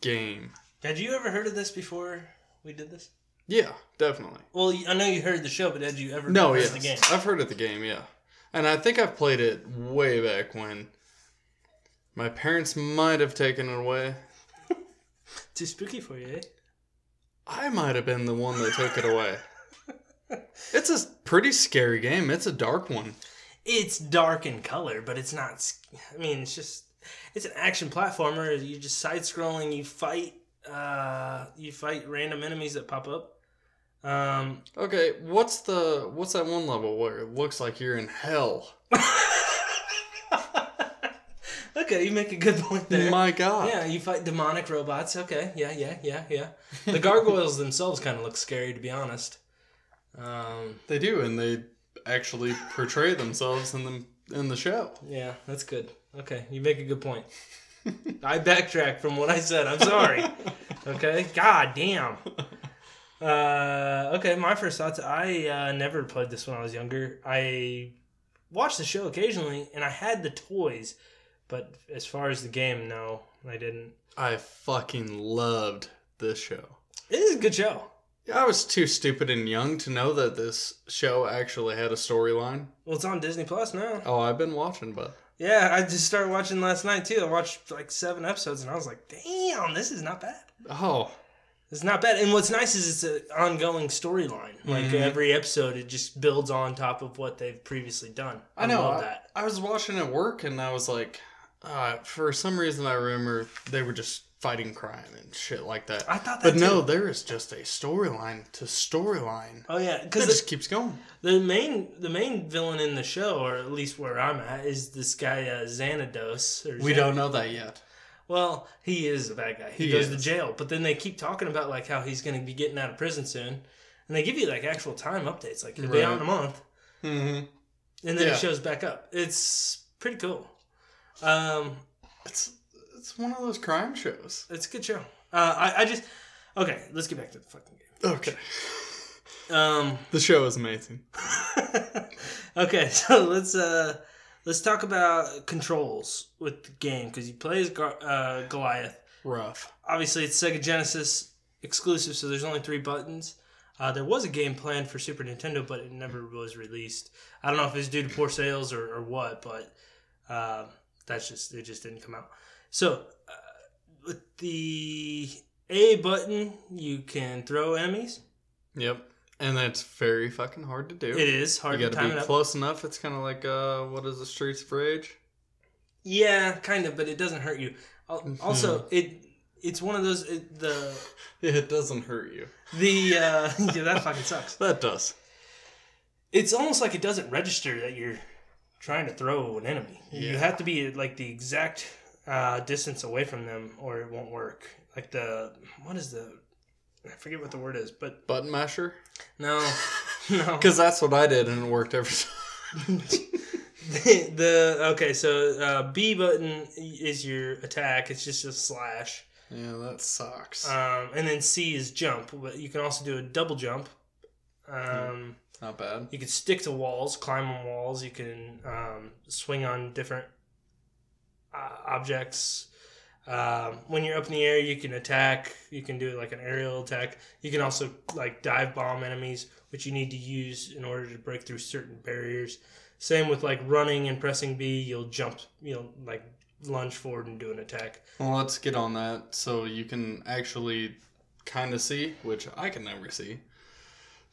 Speaker 2: game.
Speaker 1: Had you ever heard of this before we did this?
Speaker 2: Yeah, definitely.
Speaker 1: Well, I know you heard the show, but had you ever
Speaker 2: No,
Speaker 1: heard
Speaker 2: yeah.
Speaker 1: the game?
Speaker 2: I've heard of the game, yeah. And I think I've played it way back when my parents might have taken it away.
Speaker 1: Too spooky for you, eh?
Speaker 2: I might have been the one that took it away. It's a pretty scary game. It's a dark one.
Speaker 1: It's dark in color, but it's not. s- I mean, it's just it's an action platformer. You're just side scrolling. You fight. Uh, you fight random enemies that pop up. Um,
Speaker 2: Okay, what's the what's that one level where it looks like you're in hell?
Speaker 1: okay, you make a good point there.
Speaker 2: My God.
Speaker 1: yeah, you fight demonic robots. Okay, yeah, yeah, yeah, yeah. The gargoyles themselves kind of look scary, to be honest. Um,
Speaker 2: They do, and they actually portray themselves in the in the show.
Speaker 1: yeah, that's good. Okay, you make a good point. I backtrack from what I said. I'm sorry. Okay, god damn. Uh, okay, my first thoughts. I uh, never played this when I was younger. I watched the show occasionally, and I had the toys, but as far as the game, no, I didn't.
Speaker 2: I fucking loved this show.
Speaker 1: It is a good show.
Speaker 2: I was too stupid and young to know that this show actually had a storyline.
Speaker 1: Well, it's on Disney Plus now.
Speaker 2: Oh, I've been watching, but
Speaker 1: Yeah, I just started watching last night too. I watched like seven episodes, and I was like, "Damn, this is not bad.
Speaker 2: oh,
Speaker 1: It's not bad." And what's nice is it's an ongoing storyline. Like
Speaker 2: Mhm.
Speaker 1: every episode, it just builds on top of what they've previously done. I,
Speaker 2: I know.
Speaker 1: love
Speaker 2: I,
Speaker 1: that.
Speaker 2: I was watching at work, and I was like, uh, for some reason, I remember they were just fighting crime and shit like that.
Speaker 1: I thought that.
Speaker 2: but no,
Speaker 1: too.
Speaker 2: there is just a storyline to storyline.
Speaker 1: Oh yeah,
Speaker 2: It
Speaker 1: because
Speaker 2: just keeps going.
Speaker 1: the, the main the main villain in the show, or at least where I'm at, is this guy uh, Xanados. Or
Speaker 2: We
Speaker 1: Xan-
Speaker 2: don't know that yet.
Speaker 1: Well, he is a bad guy. He,
Speaker 2: He
Speaker 1: goes
Speaker 2: is.
Speaker 1: to jail, but then they keep talking about like how he's going to be getting out of prison soon, and they give you like actual time updates, like he'll be out in a month,
Speaker 2: Mm-hmm.
Speaker 1: and then
Speaker 2: Yeah.
Speaker 1: it shows back up. It's pretty cool. Um,
Speaker 2: It's it's one of those crime shows.
Speaker 1: it's a good show. Uh, I, I just okay. Let's get back to the fucking game.
Speaker 2: Okay,
Speaker 1: Um,
Speaker 2: the show is amazing.
Speaker 1: okay, so let's uh let's talk about controls with the game because you play as Gar- uh, Goliath.
Speaker 2: Rough.
Speaker 1: obviously it's Sega Genesis exclusive, so there's only three buttons. Uh, there was a game planned for Super Nintendo, but it never was released. I don't know if it's due to poor sales or, or what, but um that's just it just didn't come out. So uh, with the A button, you can throw enemies.
Speaker 2: Yep, and that's very fucking hard to do.
Speaker 1: It is hard
Speaker 2: you
Speaker 1: to
Speaker 2: got to
Speaker 1: time
Speaker 2: be
Speaker 1: it up.
Speaker 2: close enough. It's kind of like uh, what is the Streets of Rage?
Speaker 1: Yeah, kind of, but it doesn't hurt you.
Speaker 2: Mm-hmm.
Speaker 1: Al- Also, it it's one of those it, the
Speaker 2: It doesn't hurt you.
Speaker 1: the uh, yeah that fucking sucks.
Speaker 2: That does.
Speaker 1: it's almost like it doesn't register that you're trying to throw an enemy. You
Speaker 2: Yeah.
Speaker 1: have to be at, like the exact uh, distance away from them, or it won't work. Like the what is the I forget what the word is, but
Speaker 2: Button masher.
Speaker 1: no, no.
Speaker 2: Because that's what I did, and it worked every time.
Speaker 1: the, okay, so uh, B button is your attack. It's just a slash,
Speaker 2: Yeah, that sucks.
Speaker 1: um, and then C is jump. But you can also do a double jump. Um,
Speaker 2: Not bad.
Speaker 1: You can stick to walls, climb on walls. You can um, swing on different uh, objects. Um, when you're up in the air, you can attack. You can do like an aerial attack. You can also like dive bomb enemies, which you need to use in order to break through certain barriers. Same with like running and pressing B. You'll jump. You'll like lunge forward and do an attack.
Speaker 2: Well, let's get on that so you can actually kind of see, which I can never see,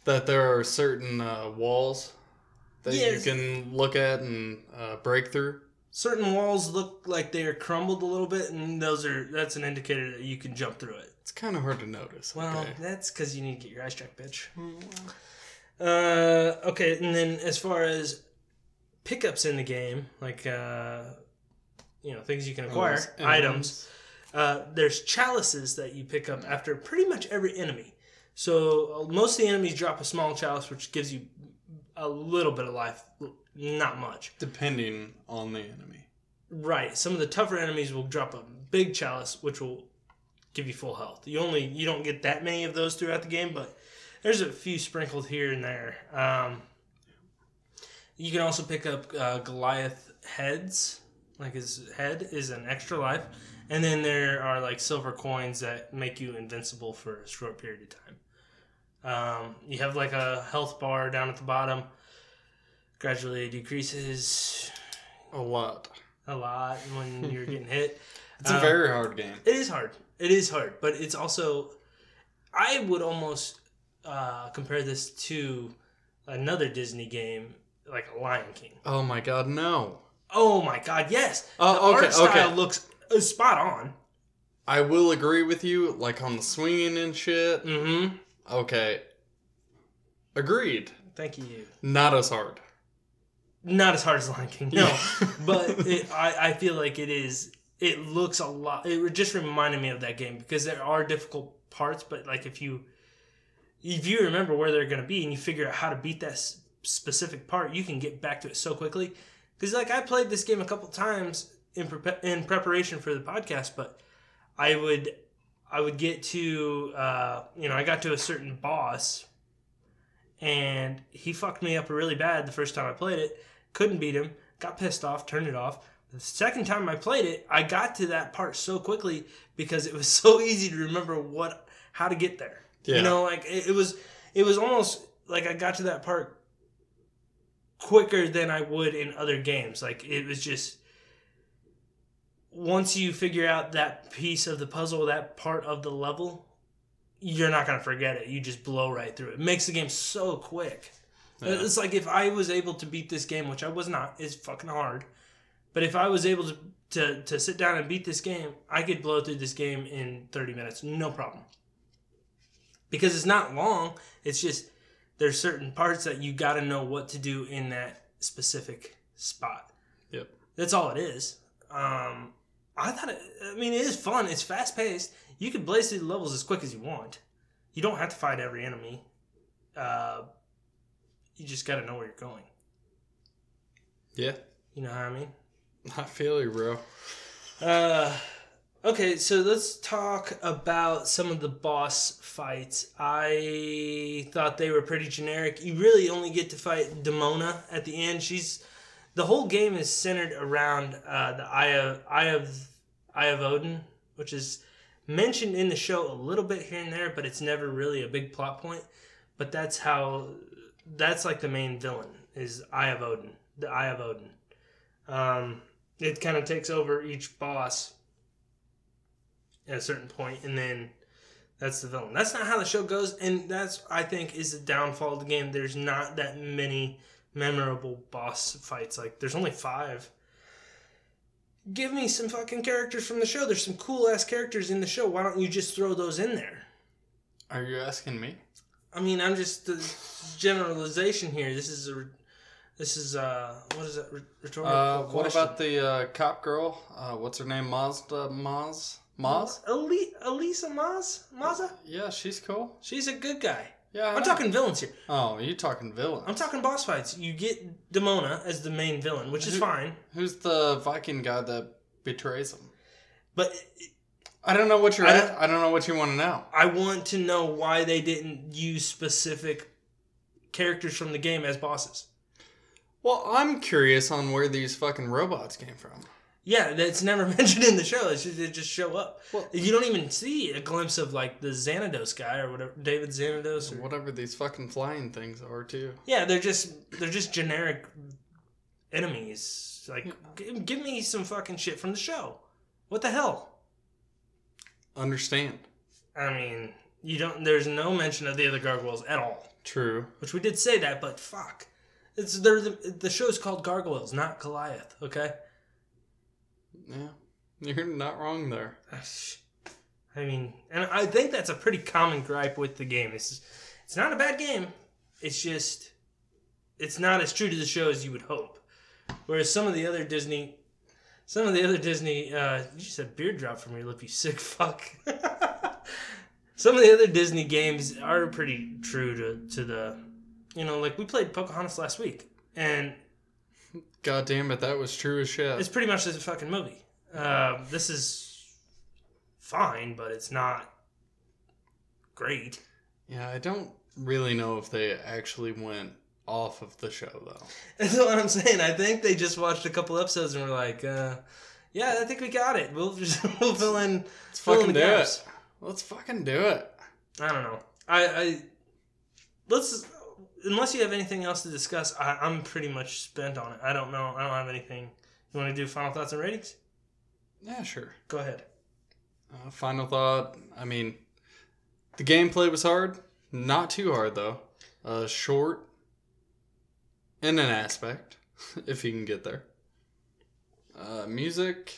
Speaker 2: that there are certain uh, walls that
Speaker 1: Yes.
Speaker 2: you can look at and uh, break through.
Speaker 1: Certain walls look like they are crumbled a little bit, and those are that's an indicator that you can jump through it.
Speaker 2: It's kind of hard to notice.
Speaker 1: Well,
Speaker 2: okay.
Speaker 1: that's because you need to get your eyes checked, bitch. Mm-hmm. Uh, okay, and then as far as pickups in the game, like uh, you know things you can acquire,
Speaker 2: Those
Speaker 1: items. Uh, there's chalices that you pick up after pretty much every enemy. So uh, most of the enemies drop a small chalice, which gives you a little bit of life, not much.
Speaker 2: depending on the enemy.
Speaker 1: Right. Some of the tougher enemies will drop a big chalice, which will give you full health. You only you don't get that many of those throughout the game, but there's a few sprinkled here and there. Um, you can also pick up uh, Goliath heads, like his head is an extra life, and then there are like silver coins that make you invincible for a short period of time. Um, you have like a health bar down at the bottom. Gradually decreases
Speaker 2: A lot.
Speaker 1: a lot when you're getting hit.
Speaker 2: It's a
Speaker 1: Um,
Speaker 2: very hard game.
Speaker 1: It is hard. It is hard, but it's also. I would almost uh, compare this to another Disney game, like Lion King.
Speaker 2: Oh my god, no.
Speaker 1: Oh my God! Yes,
Speaker 2: Oh,
Speaker 1: the
Speaker 2: okay,
Speaker 1: art style
Speaker 2: okay.
Speaker 1: looks uh, spot on.
Speaker 2: I will agree with you, like on the swinging and shit.
Speaker 1: Mm-hmm.
Speaker 2: Okay. Agreed.
Speaker 1: Thank you.
Speaker 2: Not as hard.
Speaker 1: Not as hard as Lion King, no, but it, I, I feel like it is. It looks a lot. It just reminded me of that game because there are difficult parts, but like if you if you remember where they're going to be and you figure out how to beat that s- specific part, you can get back to it so quickly. Because like I played this game a couple times in prep in preparation for the podcast, but I would I would get to uh, you know I got to a certain boss, and he fucked me up really bad the first time I played it. Couldn't beat him. Got pissed off. Turned it off. The second time I played it, I got to that part so quickly because it was so easy to remember what how to get there.
Speaker 2: Yeah.
Speaker 1: You know, like it, it was it was almost like I got to that part quicker than I would in other games. Like it was just once you figure out that piece of the puzzle, that part of the level, you're not gonna forget it. You just blow right through it. it makes the game so quick.
Speaker 2: Yeah.
Speaker 1: It's like if I was able to beat this game, which I was not, it's fucking hard. But if I was able to, to to sit down and beat this game, I could blow through this game in 30 minutes, no problem. Because it's not long. It's just there's certain parts that you got to know what to do in that specific spot.
Speaker 2: Yep.
Speaker 1: That's all it is. Um, I thought it, I mean, it is fun. It's fast paced. You can blaze through the levels as quick as you want. You don't have to fight every enemy. Uh, you just got to know where you're going.
Speaker 2: Yeah.
Speaker 1: You know what I mean?
Speaker 2: I feel you, bro.
Speaker 1: Uh, okay, so let's talk about some of the boss fights. I thought they were pretty generic. You really only get to fight Demona at the end. She's the whole game is centered around uh, the Eye of Eye of Eye of Odin, which is mentioned in the show a little bit here and there, but it's never really a big plot point. But that's how that's like the main villain is Eye of Odin, the Eye of Odin. Um, it kind of takes over each boss at a certain point and then that's the villain that's not how the show goes and that's i think is the downfall of the game there's not that many memorable boss fights like there's only five give me some fucking characters from the show there's some cool ass characters in the show why don't you just throw those in there
Speaker 2: Are you asking me?
Speaker 1: I mean, I'm just the generalization here. This is a, re- this is uh, what is that re- rhetorical
Speaker 2: Uh, what
Speaker 1: question?
Speaker 2: about the uh, cop girl? Uh, what's her name? Mazda Maz? Maz?
Speaker 1: Ali- Elisa Maz? Maza?
Speaker 2: Yeah, she's cool.
Speaker 1: She's a good guy.
Speaker 2: Yeah. I
Speaker 1: I'm
Speaker 2: know.
Speaker 1: talking villains here.
Speaker 2: Oh, you talking villain?
Speaker 1: I'm talking boss fights. You get Demona as the main villain, which is
Speaker 2: Who-
Speaker 1: fine,
Speaker 2: Who's the Viking guy that betrays him?
Speaker 1: but
Speaker 2: I don't know what you're.
Speaker 1: I
Speaker 2: I
Speaker 1: don't-
Speaker 2: don't, I don't know what you want to know.
Speaker 1: I want to know why they didn't use specific characters from the game as bosses.
Speaker 2: Well, I'm curious on where these fucking robots came from.
Speaker 1: Yeah, that's never mentioned in the show. It's just, they just show up.
Speaker 2: Well-
Speaker 1: you don't even see a glimpse of like the Xanados guy or whatever, David Xanados. Or,
Speaker 2: Whatever these fucking flying things are, too.
Speaker 1: Yeah, they're just they're just generic enemies. Like, g- give me some fucking shit from the show. What the hell?
Speaker 2: Understand?
Speaker 1: I mean, you don't. There's no mention of the other gargoyles at all,
Speaker 2: True.
Speaker 1: which we did say that, but fuck, it's they're the the show's called Gargoyles, not Goliath. Okay.
Speaker 2: Yeah, you're not wrong there.
Speaker 1: Ah, I mean, and I think that's a pretty common gripe with the game. It's it's not a bad game. It's just it's not as true to the show as you would hope. Whereas some of the other Disney, some of the other Disney, uh, you just had beard drop from your lip, you sick fuck. some of the other Disney games are pretty true to to the, you know, like we played Pocahontas last week, and
Speaker 2: God damn it, that was true as
Speaker 1: it's
Speaker 2: shit.
Speaker 1: pretty much just a fucking movie. Uh, this is fine, but it's not great.
Speaker 2: Yeah, I don't really know if they actually went off of the show though.
Speaker 1: That's what I'm saying. I think they just watched a couple episodes and were like, uh, "Yeah, I think we got it. We'll just we'll fill in
Speaker 2: Let's
Speaker 1: fill in
Speaker 2: fucking
Speaker 1: the
Speaker 2: do
Speaker 1: gaps."
Speaker 2: it. Let's fucking do it.
Speaker 1: I don't know. I, I let's unless you have anything else to discuss. I, I'm pretty much spent on it. I don't know. I don't have anything. You want to do final thoughts and ratings?
Speaker 2: Yeah, sure.
Speaker 1: Go ahead.
Speaker 2: Uh, final thought. I mean, the gameplay was hard. Not too hard though. Uh, short. In an aspect, if you can get there. Uh, music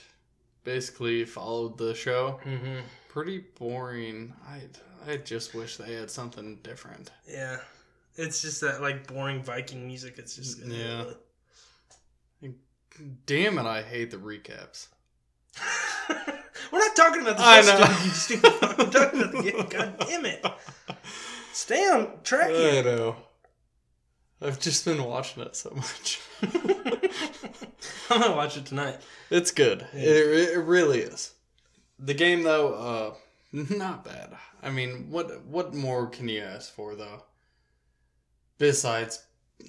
Speaker 2: basically followed the show.
Speaker 1: Mm-hmm.
Speaker 2: Pretty boring. I I just wish they had something different.
Speaker 1: Yeah, it's just that like boring Viking music. It's just
Speaker 2: Yeah. Damn it! I hate the recaps.
Speaker 1: We're not talking about the
Speaker 2: I
Speaker 1: show,
Speaker 2: know.
Speaker 1: stupid, you stupid. fuck. We're talking about the game. God damn it! Stay on track
Speaker 2: I
Speaker 1: here.
Speaker 2: know. oh. I've just been watching it so much.
Speaker 1: I'm gonna watch it tonight.
Speaker 2: it's good. It, it really is. The game though, uh, not bad. I mean, what what more can you ask for though? Besides,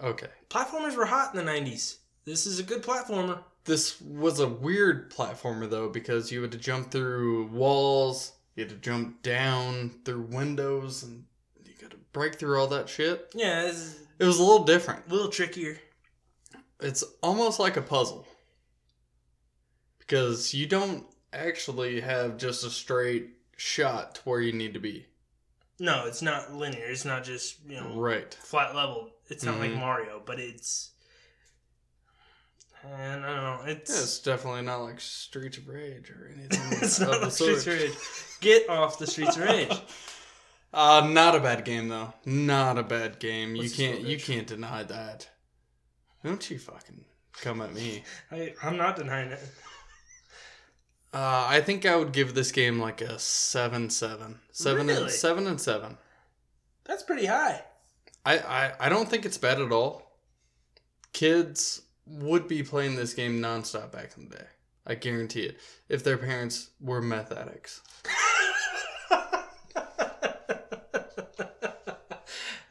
Speaker 2: okay,
Speaker 1: Platformers were hot in the '90s. This is a good platformer.
Speaker 2: this was a weird platformer though because you had to jump through walls, you had to jump down through windows, and you got to break through all that shit.
Speaker 1: Yeah, it's
Speaker 2: It was a little different.
Speaker 1: a little trickier.
Speaker 2: It's almost like a puzzle. Because you don't actually have just a straight shot to where you need to be.
Speaker 1: No, it's not linear. It's not just you know
Speaker 2: Right.
Speaker 1: flat level. It's not
Speaker 2: Mhm.
Speaker 1: like Mario, but it's. And I don't know.
Speaker 2: Yeah,
Speaker 1: It's
Speaker 2: it's definitely not like Streets of Rage or anything.
Speaker 1: it's
Speaker 2: of
Speaker 1: not
Speaker 2: the
Speaker 1: like Streets of
Speaker 2: sort.
Speaker 1: Rage. Get off the Streets of Rage.
Speaker 2: Uh, not a bad game though. Not a bad game.
Speaker 1: What's
Speaker 2: you
Speaker 1: the
Speaker 2: can't
Speaker 1: score,
Speaker 2: you
Speaker 1: bitch?
Speaker 2: can't deny that. Don't you fucking come at me.
Speaker 1: I, I'm not denying it.
Speaker 2: Uh, I think I would give this game like a seven seven. Seven
Speaker 1: Really?
Speaker 2: and seven and seven.
Speaker 1: That's pretty high.
Speaker 2: I, I I don't think it's bad at all. Kids would be playing this game nonstop back in the day. I guarantee it. If their parents were meth addicts.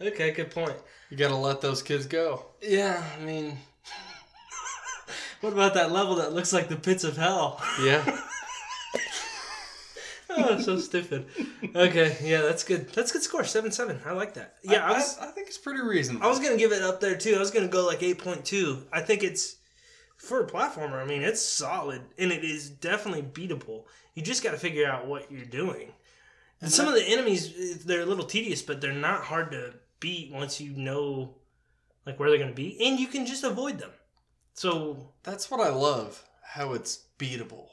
Speaker 1: okay, good point.
Speaker 2: You gotta let those kids go.
Speaker 1: Yeah, I mean, what about that level that looks like the pits of hell?
Speaker 2: Yeah.
Speaker 1: oh, so stupid. Okay, yeah, that's good. That's good score. Seven seven. I like that. Yeah, I,
Speaker 2: I,
Speaker 1: was
Speaker 2: I, I think it's pretty reasonable.
Speaker 1: I was gonna give it up there too. I was gonna go like eight point two. I think it's for a platformer. I mean, it's solid and it is definitely beatable. You just got to figure out what you're doing. And some of the enemies they're a little tedious, but they're not hard to beat once you know like where they're gonna be, and you can just avoid them. So
Speaker 2: That's what I love. How it's beatable.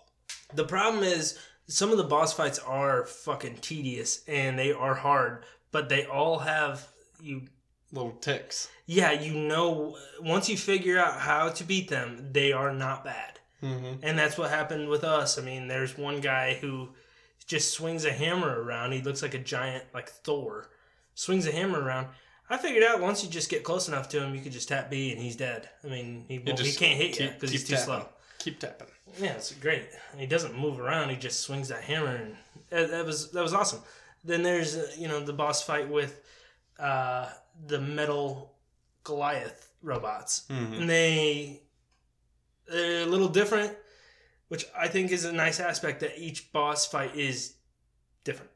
Speaker 1: The problem is some of the boss fights are fucking tedious and they are hard, but they all have you
Speaker 2: Little ticks.
Speaker 1: yeah, you know once you figure out how to beat them, they are not bad.
Speaker 2: Mm-hmm.
Speaker 1: And that's what happened with us. I mean, there's one guy who just swings a hammer around. He looks like a giant like Thor. Swings a hammer around. I figured out once you just get close enough to him, you could just tap B and he's dead. I mean, he, won't he
Speaker 2: just
Speaker 1: can't hit you
Speaker 2: keep-
Speaker 1: because he's
Speaker 2: keep
Speaker 1: too
Speaker 2: tapping.
Speaker 1: slow.
Speaker 2: Keep tapping.
Speaker 1: Yeah, it's great. He doesn't move around. He just swings that hammer, and that, that was that was awesome. Then there's uh, you know the boss fight with uh, the metal Goliath robots,
Speaker 2: Mhm.
Speaker 1: and they they're a little different, which I think is a nice aspect that each boss fight is different.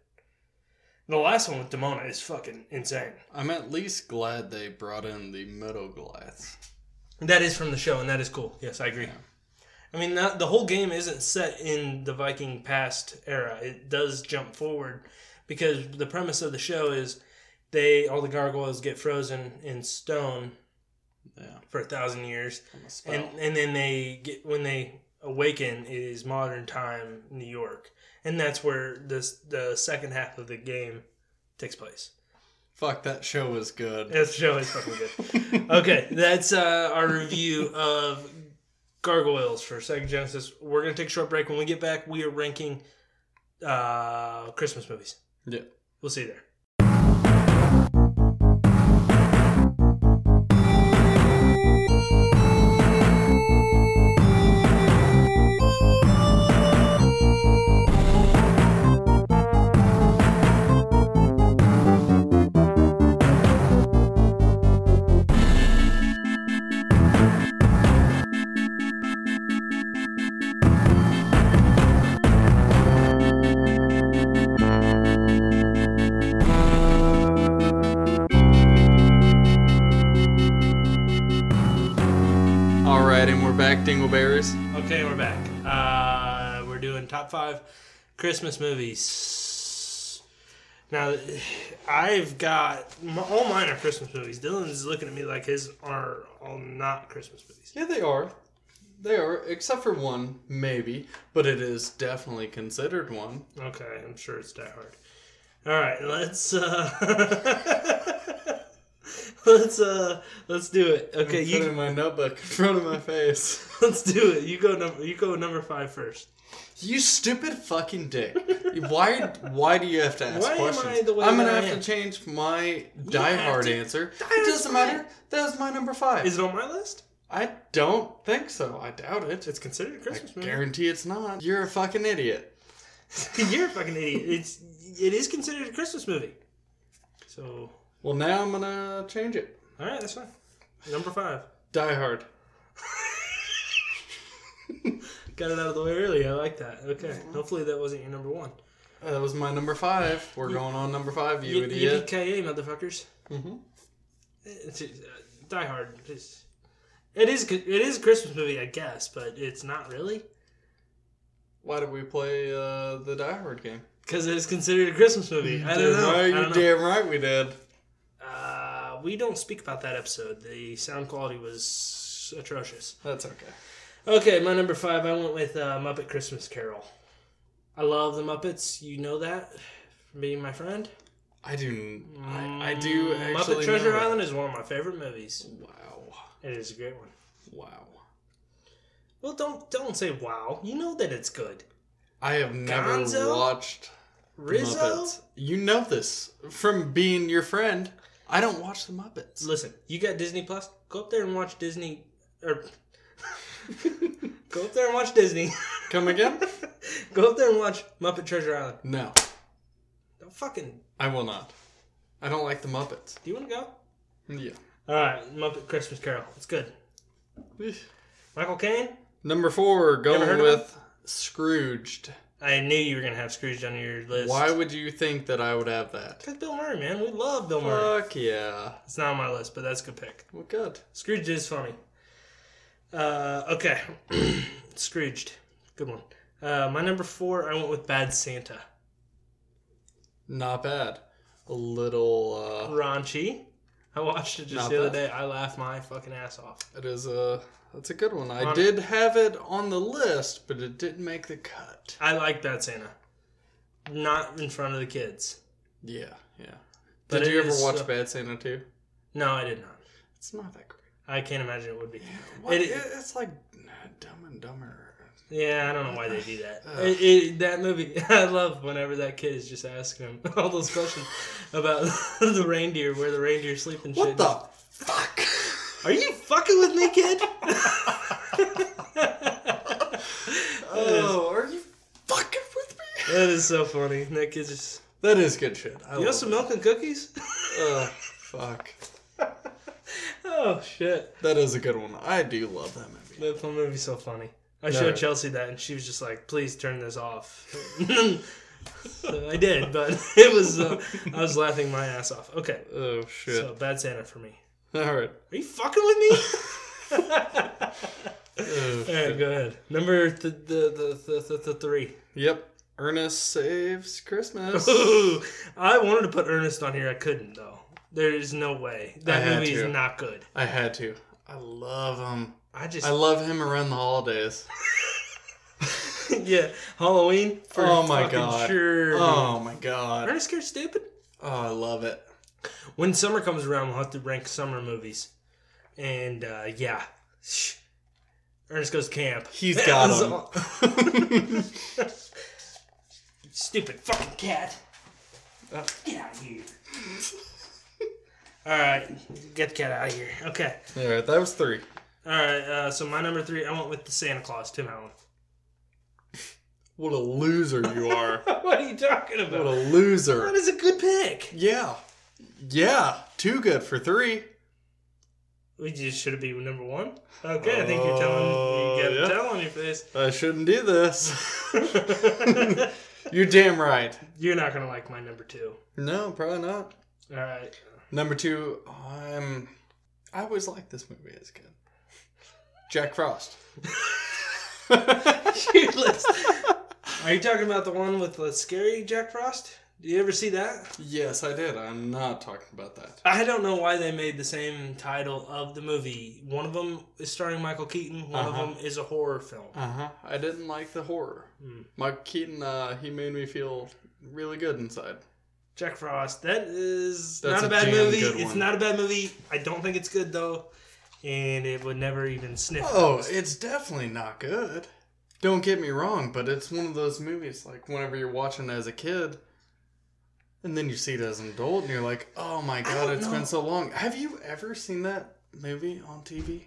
Speaker 1: The last one with Demona is fucking insane.
Speaker 2: I'm at least glad they brought in the metal glass.
Speaker 1: That is from the show, and that is cool. Yes, I agree. I mean, that, the whole game isn't set in the Viking past era. It does jump forward because the premise of the show is they all the gargoyles get frozen in stone
Speaker 2: Yeah.
Speaker 1: for a thousand years,
Speaker 2: from a spell.
Speaker 1: and and then they get when they awaken it is modern time New York, and that's where this the second half of the game takes place.
Speaker 2: Fuck, that show was good.
Speaker 1: That show is fucking good. okay, that's uh, our review of Gargoyles for Sega Genesis. We're gonna take a short break. When we get back, we are ranking uh, Christmas movies.
Speaker 2: Yeah.
Speaker 1: We'll see you there.
Speaker 2: back, Dingleberries.
Speaker 1: Okay, we're back. Uh, we're doing top five Christmas movies. Now, I've got my, all mine are Christmas movies. Dylan's looking at me like his are all not Christmas movies.
Speaker 2: Yeah, they are. They are, except for one, maybe, but it is definitely considered one.
Speaker 1: Okay, I'm sure it's Die Hard. All right, let's uh, let's uh, let's do it. Okay,
Speaker 2: Put it in
Speaker 1: you
Speaker 2: my notebook in front of my face.
Speaker 1: let's do it. You go number you go number five first.
Speaker 2: You stupid fucking dick. Why why do you have to ask
Speaker 1: Why am
Speaker 2: questions?
Speaker 1: I the way
Speaker 2: am
Speaker 1: that
Speaker 2: gonna
Speaker 1: I
Speaker 2: have
Speaker 1: am?
Speaker 2: to change my
Speaker 1: have
Speaker 2: Die Hard
Speaker 1: to-
Speaker 2: answer.
Speaker 1: Hard's
Speaker 2: It doesn't
Speaker 1: mine.
Speaker 2: matter. That was my number five.
Speaker 1: Is it on my list?
Speaker 2: I don't think so. I doubt it.
Speaker 1: It's considered a
Speaker 2: I
Speaker 1: Christmas movie.
Speaker 2: guarantee it's not. You're a fucking idiot.
Speaker 1: You're a fucking idiot. It's it is considered a Christmas movie. So
Speaker 2: Well, now I'm gonna change it.
Speaker 1: all right, that's fine. Number five.
Speaker 2: Die Hard.
Speaker 1: Got it out of the way early. I like that. Okay.
Speaker 2: Mm-hmm.
Speaker 1: Hopefully that wasn't your number one.
Speaker 2: That was my number five. We're going on number five, you
Speaker 1: Y-
Speaker 2: idiot.
Speaker 1: Yippee-ki-yay, motherfuckers.
Speaker 2: Mhm.
Speaker 1: It's, it's, uh, Die Hard. It's, it is it is a Christmas movie, I guess, but it's not really
Speaker 2: Why did we play uh, the Die Hard game?
Speaker 1: because it is considered a Christmas movie. I don't
Speaker 2: Damn
Speaker 1: know.
Speaker 2: right,
Speaker 1: I
Speaker 2: You're
Speaker 1: don't know.
Speaker 2: damn right we did.
Speaker 1: Uh, we don't speak about that episode. The sound quality was atrocious.
Speaker 2: That's okay.
Speaker 1: Okay, my number five, I went with uh, Muppet Christmas Carol. I love the Muppets. You know that from being my friend.
Speaker 2: I do. I, I do actually.
Speaker 1: Mm, Muppet Treasure
Speaker 2: know that.
Speaker 1: Island is one of my favorite movies.
Speaker 2: Wow.
Speaker 1: It is a great one.
Speaker 2: Wow.
Speaker 1: Well, don't don't say wow. You know that it's good.
Speaker 2: I have never
Speaker 1: Gonzo?
Speaker 2: watched the
Speaker 1: Rizzo,
Speaker 2: Muppets. You know this from being your friend. I don't watch the Muppets.
Speaker 1: listen. You got Disney Plus? Go up there and watch Disney. Or go up there and watch Disney.
Speaker 2: Come again?
Speaker 1: go up there and watch Muppet Treasure Island.
Speaker 2: No,
Speaker 1: Don't fucking.
Speaker 2: I will not. I don't like the Muppets.
Speaker 1: Do you want to go?
Speaker 2: Yeah.
Speaker 1: All right, Muppet Christmas Carol. It's good. Michael Caine.
Speaker 2: Number four,
Speaker 1: heard
Speaker 2: going
Speaker 1: of
Speaker 2: with Scrooged.
Speaker 1: I knew you were gonna have Scrooge on your list.
Speaker 2: Why would you think that I would have that?
Speaker 1: Because Bill Murray, man, we love Bill Murray.
Speaker 2: Fuck yeah.
Speaker 1: It's not on my list, but that's a good pick.
Speaker 2: Well, good.
Speaker 1: Scrooge is funny. Uh, okay, Scrooged, good one. Uh, my number four, I went with Bad Santa.
Speaker 2: Not bad. A little.
Speaker 1: Raunchy. I watched it just
Speaker 2: Not
Speaker 1: the other
Speaker 2: bad.
Speaker 1: day. I laughed my fucking ass off.
Speaker 2: Uh, it is a. That's a good one. I
Speaker 1: Hon-
Speaker 2: did have it on the list, but it didn't make the cut.
Speaker 1: I like Bad Santa. Not in front of the kids.
Speaker 2: Yeah, yeah.
Speaker 1: But
Speaker 2: Did
Speaker 1: it
Speaker 2: you ever
Speaker 1: is,
Speaker 2: watch
Speaker 1: uh,
Speaker 2: Bad Santa too?
Speaker 1: No, I did not.
Speaker 2: It's not that great.
Speaker 1: I can't imagine it would be.
Speaker 2: What-
Speaker 1: It-
Speaker 2: it- it's like Dumb and Dumber.
Speaker 1: Yeah, I don't know why they do that.
Speaker 2: Ugh.
Speaker 1: It, it, that movie, I love whenever that kid is just asking him all those questions about the reindeer, where the reindeer sleep and
Speaker 2: What
Speaker 1: shit.
Speaker 2: the fuck?
Speaker 1: Are you fucking with me, kid?
Speaker 2: Oh, are you fucking with me?
Speaker 1: that is so funny. That kid's just.
Speaker 2: That is good shit. I
Speaker 1: You want
Speaker 2: love
Speaker 1: some
Speaker 2: it.
Speaker 1: milk and cookies?
Speaker 2: Ugh, fuck.
Speaker 1: oh shit!
Speaker 2: That is a good one. I do love that movie.
Speaker 1: That film movie's so funny. I
Speaker 2: No.
Speaker 1: showed Chelsea that, and she was just like, "Please turn this off." so I did, but it was. Uh, I was laughing my ass off. Okay,
Speaker 2: Oh shit.
Speaker 1: so bad Santa for me.
Speaker 2: All right.
Speaker 1: Are you fucking with me?
Speaker 2: Oh,
Speaker 1: All right,
Speaker 2: shit.
Speaker 1: go ahead. Number th- th- th- th- th- th- three.
Speaker 2: Yep. Ernest saves Christmas.
Speaker 1: Ooh, I wanted to put Ernest on here. I couldn't though. There's no way
Speaker 2: I
Speaker 1: that
Speaker 2: had
Speaker 1: movie is
Speaker 2: to.
Speaker 1: not good.
Speaker 2: I had to. I love him.
Speaker 1: I just
Speaker 2: I love him around the holidays.
Speaker 1: yeah Halloween. For
Speaker 2: Oh my
Speaker 1: fucking
Speaker 2: God.
Speaker 1: Sure.
Speaker 2: Oh my god.
Speaker 1: Ernest scared stupid.
Speaker 2: Oh, I love it.
Speaker 1: When summer comes around, we'll have to rank summer movies, and uh, yeah, Shh. Ernest goes camp.
Speaker 2: He's
Speaker 1: Yeah,
Speaker 2: got
Speaker 1: that's
Speaker 2: 'em.
Speaker 1: all- Stupid fucking cat. Get out of here. All right, get the cat out of here. Okay.
Speaker 2: All right, that was three.
Speaker 1: All right. Uh, so my number three, I went with the Santa Claus, Tim Allen.
Speaker 2: What a loser you are.
Speaker 1: what are you talking
Speaker 2: what a
Speaker 1: about? That
Speaker 2: loser.
Speaker 1: is a good pick.
Speaker 2: Yeah. Yeah. Too good for three.
Speaker 1: We just should it be number one. Okay, I think you're telling you got
Speaker 2: Oh,
Speaker 1: a
Speaker 2: yeah.
Speaker 1: tell on your face.
Speaker 2: I shouldn't do this. You're damn right.
Speaker 1: you're not gonna like my number two.
Speaker 2: No, probably not.
Speaker 1: All right.
Speaker 2: Number two, I'm. I always liked this movie as a kid. Jack Frost.
Speaker 1: Dude, let's- Are you talking about the one with the scary Jack Frost? Did you ever see that?
Speaker 2: yes, I did. I'm not talking about that.
Speaker 1: I don't know why they made the same title of the movie. One of them is starring Michael Keaton. One
Speaker 2: Uh-huh.
Speaker 1: of them is a horror film.
Speaker 2: Uh huh. I didn't like the horror.
Speaker 1: Hmm.
Speaker 2: Mike Keaton, uh, he made me feel really good inside.
Speaker 1: Jack Frost. That is
Speaker 2: That's
Speaker 1: not
Speaker 2: a
Speaker 1: a bad
Speaker 2: damn
Speaker 1: movie.
Speaker 2: good
Speaker 1: It's
Speaker 2: one.
Speaker 1: not a bad movie. I don't think it's good though, and it would never even sniff.
Speaker 2: Oh, it's definitely not good. Don't get me wrong, but it's one of those movies like whenever you're watching as a kid and then you see it as an adult and you're like, "Oh my god,
Speaker 1: don't
Speaker 2: it's
Speaker 1: know.
Speaker 2: been so long." Have you ever seen that movie on TV?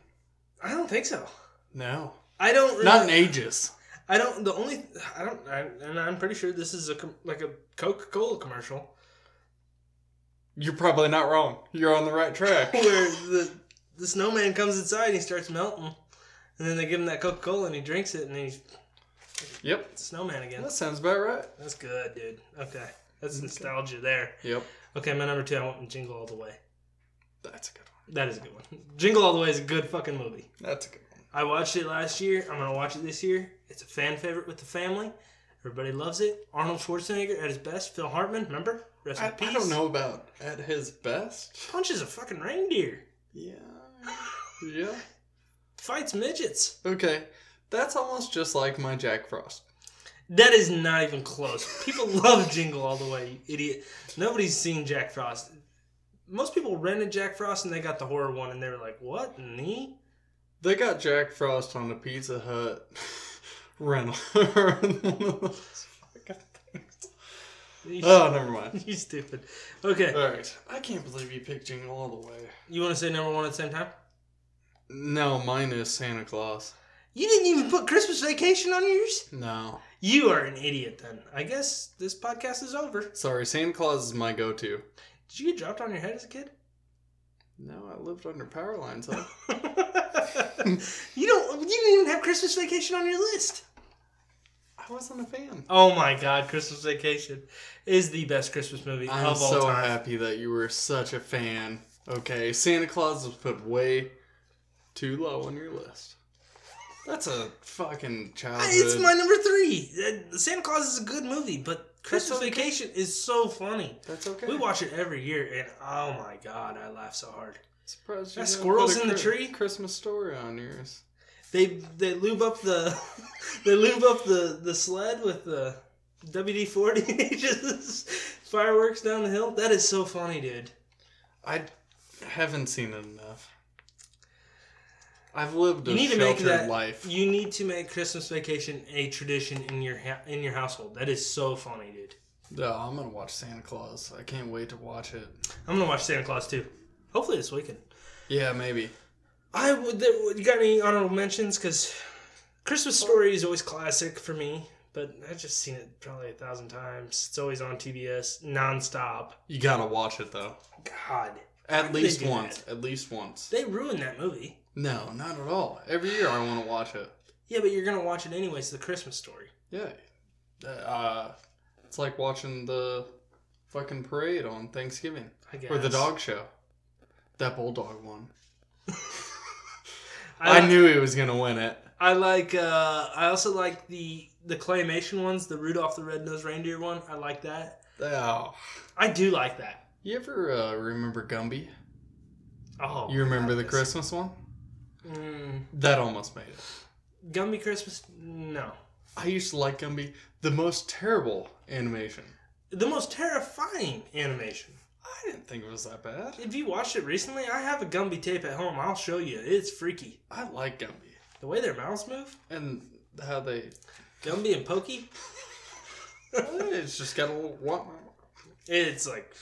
Speaker 1: I don't think so.
Speaker 2: No.
Speaker 1: I don't. Really,
Speaker 2: Not in ages.
Speaker 1: I don't. The only. I don't. I, and I'm pretty sure this is a com- like a Coca Cola commercial
Speaker 2: You're probably not wrong. You're on the right track.
Speaker 1: where the the snowman comes inside and he starts melting, and then they give him that Coca Cola and he drinks it and he's
Speaker 2: yep.
Speaker 1: snowman again.
Speaker 2: That sounds about right.
Speaker 1: That's good, dude. Okay, that's nostalgia there.
Speaker 2: Yep.
Speaker 1: Okay, my number two. I want Jingle All the Way.
Speaker 2: That's a good one.
Speaker 1: That is a good one. Jingle All the Way is a good fucking movie.
Speaker 2: That's a good one.
Speaker 1: I watched it last year. I'm gonna watch it this year. It's a fan favorite with the family. Everybody loves it. Arnold Schwarzenegger at his best. Phil Hartman, remember? Rest in
Speaker 2: I,
Speaker 1: peace.
Speaker 2: I don't know about at his best.
Speaker 1: Punches a fucking reindeer.
Speaker 2: Yeah. Yeah.
Speaker 1: Fights midgets.
Speaker 2: Okay. That's almost just like my Jack Frost.
Speaker 1: That is not even close. People love Jingle All the Way, you idiot. Nobody's seen Jack Frost. Most people rented Jack Frost and they got the horror one and they were like, "What me?"
Speaker 2: They got Jack Frost on a Pizza Hut rental.
Speaker 1: You,
Speaker 2: oh, never mind.
Speaker 1: you stupid. Okay,
Speaker 2: All right. I can't believe you picked Jingle All the Way.
Speaker 1: you want to say number one at the same time?
Speaker 2: No, mine is Santa Claus.
Speaker 1: You didn't even put Christmas Vacation on yours.
Speaker 2: No.
Speaker 1: You are an idiot then. I guess this podcast is over. Did
Speaker 2: Sorry, Santa Claus is my go to.
Speaker 1: you get dropped on your head as a kid?
Speaker 2: No, I lived under power lines, huh?
Speaker 1: you don't you didn't even have Christmas vacation on your list.
Speaker 2: I wasn't a fan.
Speaker 1: Oh my god, Christmas Vacation is the best Christmas movie
Speaker 2: I'm
Speaker 1: of all
Speaker 2: so
Speaker 1: time.
Speaker 2: happy that you were such a fan. Okay, Santa Claus was put way too low on your list. That's a fucking childhood.
Speaker 1: It's my number three. Uh, Santa Claus is a good movie, but Christmas
Speaker 2: okay.
Speaker 1: Vacation is so funny.
Speaker 2: That's okay.
Speaker 1: We watch it every year, and oh my god, I laugh so hard.
Speaker 2: Surprised
Speaker 1: That
Speaker 2: you didn't
Speaker 1: squirrel's
Speaker 2: put a
Speaker 1: in the
Speaker 2: Chri-
Speaker 1: tree?
Speaker 2: Christmas story on yours.
Speaker 1: They they lube up the they lube up the the sled with the WD forty just fireworks down the hill. That is so funny, dude.
Speaker 2: I haven't seen it enough. I've lived a
Speaker 1: You need to make
Speaker 2: sheltered
Speaker 1: that
Speaker 2: life.
Speaker 1: You need to make Christmas vacation a tradition in your ha- in your household. That is so funny, dude.
Speaker 2: No, I'm gonna watch Santa Claus. I can't wait to watch it.
Speaker 1: I'm gonna watch Santa Claus too. Hopefully this weekend.
Speaker 2: Yeah, maybe.
Speaker 1: I would. There, you got any honorable mentions? Because Christmas Story is always classic for me. But I've just seen it probably a thousand times. It's always on TBS nonstop.
Speaker 2: You gotta watch it though.
Speaker 1: God.
Speaker 2: At
Speaker 1: do they
Speaker 2: least
Speaker 1: do
Speaker 2: once. At least once.
Speaker 1: They ruined that movie.
Speaker 2: No, not at all. Every year I want to watch it.
Speaker 1: Yeah, but you're gonna watch it anyways. The Christmas story.
Speaker 2: Yeah. Uh, it's like watching the fucking parade on Thanksgiving
Speaker 1: I guess.
Speaker 2: or the dog show. That bulldog one.
Speaker 1: I,
Speaker 2: I
Speaker 1: knew.
Speaker 2: knew he was gonna win it.
Speaker 1: I like. Uh, I also like the the claymation ones. The Rudolph the Red-Nosed Reindeer one. I like that.
Speaker 2: Oh.
Speaker 1: I do like that.
Speaker 2: You ever uh, remember Gumby?
Speaker 1: Oh,
Speaker 2: You remember the
Speaker 1: Christmas?
Speaker 2: Christmas one?
Speaker 1: Mm,
Speaker 2: That almost made it.
Speaker 1: Gumby Christmas? No.
Speaker 2: I used to like Gumby. The most terrible animation.
Speaker 1: The most terrifying animation.
Speaker 2: I didn't think it was that bad.
Speaker 1: If you watched it recently, I have a Gumby tape at home. I'll show you. It's freaky.
Speaker 2: I like Gumby.
Speaker 1: The way their mouths move.
Speaker 2: And how they.
Speaker 1: Gumby and Pokey.
Speaker 2: It's just got a little. womp womp.
Speaker 1: It's like,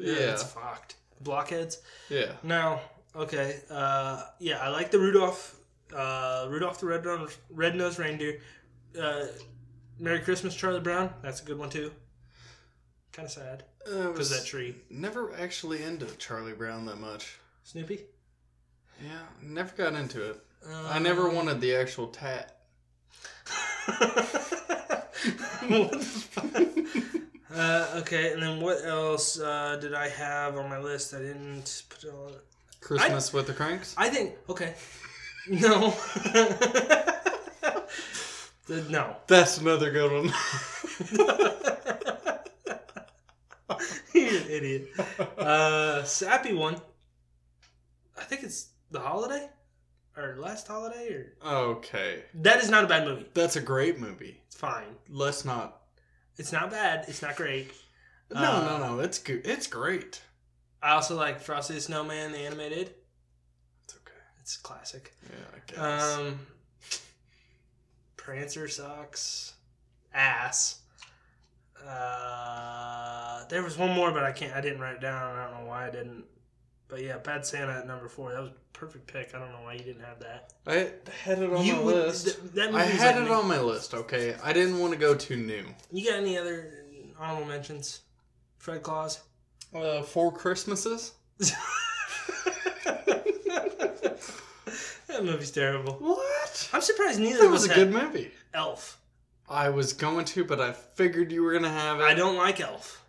Speaker 1: yeah,
Speaker 2: Yeah.
Speaker 1: it's fucked. Blockheads.
Speaker 2: Yeah.
Speaker 1: Now, okay, uh, yeah, I like the Rudolph, uh, Rudolph the Red Red Nosed Reindeer. Uh, Merry Christmas, Charlie Brown. That's a good one too. Kind of sad
Speaker 2: Uh, it
Speaker 1: because
Speaker 2: was
Speaker 1: that tree,
Speaker 2: never actually into Charlie Brown that much.
Speaker 1: Snoopy.
Speaker 2: Yeah, never got into it.
Speaker 1: Um,
Speaker 2: I never wanted the actual tat.
Speaker 1: what the fuck? Uh, okay, and then what else uh, did I have on my list? I didn't put it on.
Speaker 2: Christmas with the Cranks?
Speaker 1: I think okay. No. The- no.
Speaker 2: That's another good one.
Speaker 1: You're an idiot. Uh, sappy one. I think it's the holiday or last holiday or
Speaker 2: okay.
Speaker 1: that is not a bad movie.
Speaker 2: That's a great movie.
Speaker 1: It's fine.
Speaker 2: Let's not.
Speaker 1: It's not bad. It's not great.
Speaker 2: No,
Speaker 1: Uh,
Speaker 2: no, no. It's good. It's great.
Speaker 1: I also like Frosty the Snowman, the animated.
Speaker 2: It's okay.
Speaker 1: It's a classic.
Speaker 2: Yeah, I guess.
Speaker 1: Um, Prancer socks, ass. Uh, there was one more, but I can't. I didn't write it down. I don't know why I didn't. But yeah, Bad Santa at number four. That was a perfect pick. I don't know why you didn't have that.
Speaker 2: I had it on
Speaker 1: you
Speaker 2: my
Speaker 1: would-
Speaker 2: list.
Speaker 1: th- that
Speaker 2: I
Speaker 1: movie's
Speaker 2: had
Speaker 1: like
Speaker 2: it
Speaker 1: me.
Speaker 2: on my list. Okay, I didn't want to go too new.
Speaker 1: You got any other honorable mentions? Fred Claus.
Speaker 2: Uh, Four Christmases.
Speaker 1: That movie's terrible.
Speaker 2: What?
Speaker 1: I'm surprised neither
Speaker 2: That
Speaker 1: of us
Speaker 2: was a
Speaker 1: had
Speaker 2: good movie.
Speaker 1: Elf.
Speaker 2: I was going to, but I figured you were gonna have it.
Speaker 1: I don't like Elf.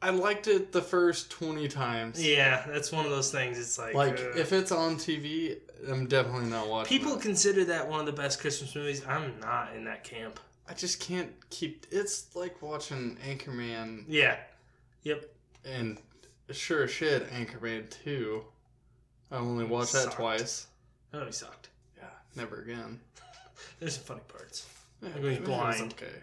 Speaker 2: I liked it the first twenty times.
Speaker 1: Yeah, that's one of those things. It's like,
Speaker 2: Like
Speaker 1: uh,
Speaker 2: if it's on TV, I'm definitely not watching.
Speaker 1: people
Speaker 2: it.
Speaker 1: consider that one of the best Christmas movies, I'm not in that camp.
Speaker 2: I just can't keep. It's like watching Anchorman
Speaker 1: Yeah, yep.
Speaker 2: and sure as shit Anchorman two. I only watched that
Speaker 1: Sucked.
Speaker 2: twice.
Speaker 1: That movie Oh, sucked.
Speaker 2: Yeah, never again.
Speaker 1: There's some funny parts.
Speaker 2: Yeah,
Speaker 1: going
Speaker 2: it was
Speaker 1: blind.
Speaker 2: Okay.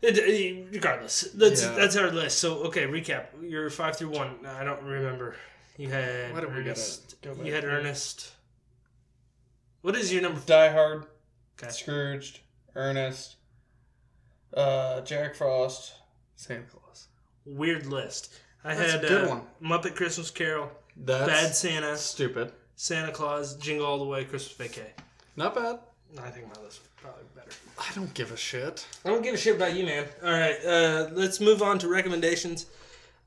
Speaker 1: It- it- regardless, that's
Speaker 2: Yeah.
Speaker 1: that's our list. So okay, recap. You're five through one. I don't remember. You had
Speaker 2: Why do we gotta
Speaker 1: Ernest.
Speaker 2: go back
Speaker 1: you had
Speaker 2: here?
Speaker 1: Ernest. What is your number?
Speaker 2: Die Hard,
Speaker 1: Okay.
Speaker 2: Scrooged, Ernest, uh, Jack Frost, Santa Claus.
Speaker 1: Weird list. I
Speaker 2: That's a
Speaker 1: had
Speaker 2: good
Speaker 1: uh,
Speaker 2: one.
Speaker 1: Muppet Christmas Carol, Bad
Speaker 2: That's
Speaker 1: Santa,
Speaker 2: stupid.
Speaker 1: Santa Claus, Jingle All the Way, Christmas Vacay.
Speaker 2: Not bad.
Speaker 1: I think my list was probably better.
Speaker 2: I don't give a shit.
Speaker 1: I don't give a shit about you, man. All right, uh, let's move on to recommendations.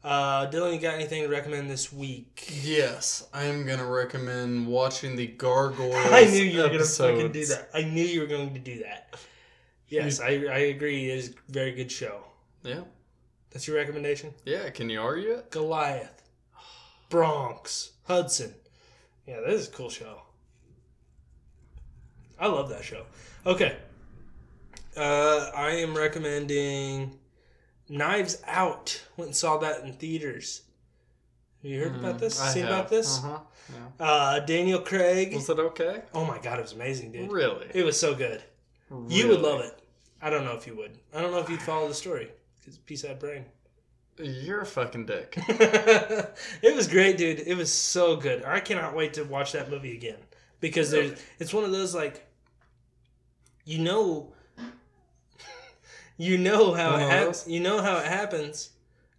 Speaker 1: Uh, Dylan, you got anything to recommend this week?
Speaker 2: Yes, I am gonna recommend watching the Gargoyles.
Speaker 1: I knew you were going to
Speaker 2: episodes.
Speaker 1: fucking do that. I knew you were going to do that. Yes, I, I agree. It is a very good show.
Speaker 2: Yeah,
Speaker 1: That's your recommendation?
Speaker 2: yeah. Can you argue it?
Speaker 1: Goliath, Bronx, Hudson. Yeah, that is a cool show. I love that show. Okay. Uh, I am recommending Knives Out. Went and saw that in theaters. Have you heard about this?
Speaker 2: Hmm, I
Speaker 1: Seen
Speaker 2: have.
Speaker 1: about this?
Speaker 2: Uh-huh.
Speaker 1: Uh, Daniel Craig.
Speaker 2: Was it okay?
Speaker 1: Oh my god, it was amazing, dude.
Speaker 2: Really?
Speaker 1: It was so good. You would
Speaker 2: Really?
Speaker 1: love it. I don't know if you would. I don't know if you'd follow the story. It's piece out brain.
Speaker 2: You're a fucking dick.
Speaker 1: it was great, dude. It was so good. I cannot wait to watch that movie again because there's it's one of those like you know you know how
Speaker 2: One
Speaker 1: it
Speaker 2: of
Speaker 1: hap-
Speaker 2: those?
Speaker 1: you know how it happens.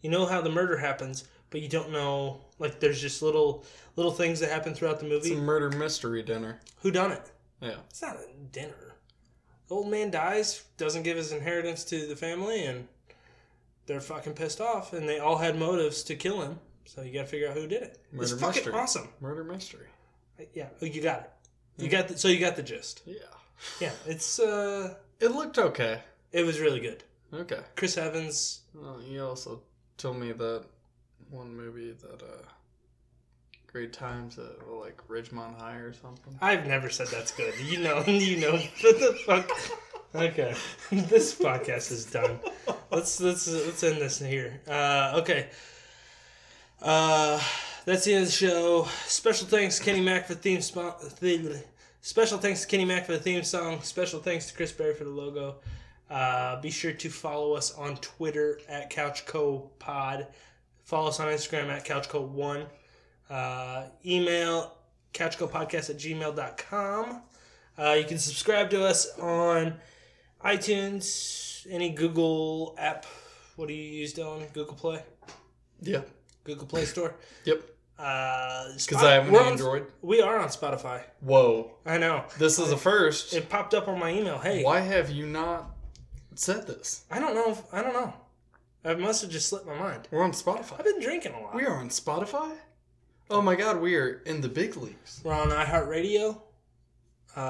Speaker 1: You know how the murder happens, but you don't know like there's just little little things that happen throughout the
Speaker 2: It's a
Speaker 1: movie.
Speaker 2: murder mystery dinner.
Speaker 1: Who done it?
Speaker 2: Yeah.
Speaker 1: It's not a dinner. The old man dies, doesn't give his inheritance to the family, and they're fucking pissed off. And they all had motives to kill him, so you gotta figure out who did it. it's
Speaker 2: Murder
Speaker 1: fucking
Speaker 2: mystery.
Speaker 1: awesome.
Speaker 2: Murder mystery.
Speaker 1: Yeah, oh, you got it.
Speaker 2: Mm-hmm.
Speaker 1: You got the, so you got the gist.
Speaker 2: Yeah.
Speaker 1: Yeah, it's uh,
Speaker 2: It looked okay.
Speaker 1: it was really good.
Speaker 2: Okay.
Speaker 1: Chris Evans.
Speaker 2: Well, you also told me that one movie that uh, Great Times at like Ridgemont High or something.
Speaker 1: I've never said that's good. You know, you know what the fuck. Okay, this podcast is done. Let's let's let's end this here. Uh, okay. Uh, that's the end of the show. Special thanks to Kenny Mack for the theme song. The, special thanks to Kenny Mack for the theme song. Special thanks to Chris Berry for the logo. Uh, be sure to follow us on Twitter at CouchCoPod. Follow us on Instagram at CouchCo1. Uh, email couchcopodcast at gmail.com. Uh, you can subscribe to us on iTunes, any Google app. What do you use, Dylan? Google Play?
Speaker 2: Yeah.
Speaker 1: Google Play Store?
Speaker 2: Yep.
Speaker 1: Uh,
Speaker 2: Because I have an
Speaker 1: we're on-
Speaker 2: Android.
Speaker 1: we are on Spotify.
Speaker 2: Whoa.
Speaker 1: I know.
Speaker 2: This is a first.
Speaker 1: It popped up on my email. Hey,
Speaker 2: Why have you not said this?
Speaker 1: I don't know. If, I don't know. It must have just slipped my mind.
Speaker 2: We're on Spotify.
Speaker 1: I've been drinking a lot.
Speaker 2: We are on Spotify? Oh my god, we are in the big leagues.
Speaker 1: We're on iHeartRadio. Uh,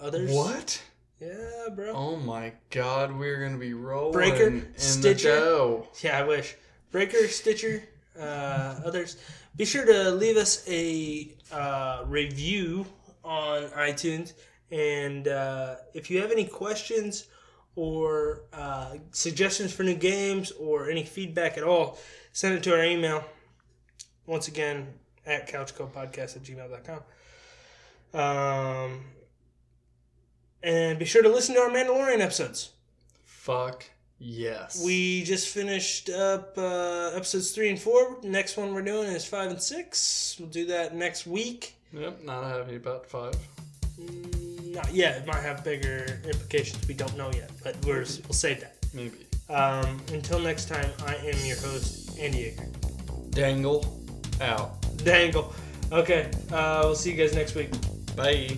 Speaker 1: others.
Speaker 2: What?
Speaker 1: Yeah, bro.
Speaker 2: Oh my god, we're gonna be rolling
Speaker 1: Breaker,
Speaker 2: in
Speaker 1: Stitcher.
Speaker 2: the dough.
Speaker 1: Yeah, I wish. Breaker, Stitcher, uh, others. Be sure to leave us a uh, review on iTunes. And uh, if you have any questions or uh, suggestions for new games or any feedback at all, send it to our email. Once again, at couchcopodcast at gmail.com. Um, and be sure to listen to our Mandalorian episodes.
Speaker 2: Fuck yes.
Speaker 1: We just finished up uh, episodes three and four. Next one we're doing is five and six. We'll do that next week.
Speaker 2: Yep, not happy about five.
Speaker 1: Mm, Not yet. It might have bigger implications. We don't know yet, but we're, we'll save that.
Speaker 2: Maybe.
Speaker 1: Um, until next time, I am your host, Andy Aker.
Speaker 2: Dangle out.
Speaker 1: Dangle. Okay, uh, we'll see you guys next week.
Speaker 2: Bye.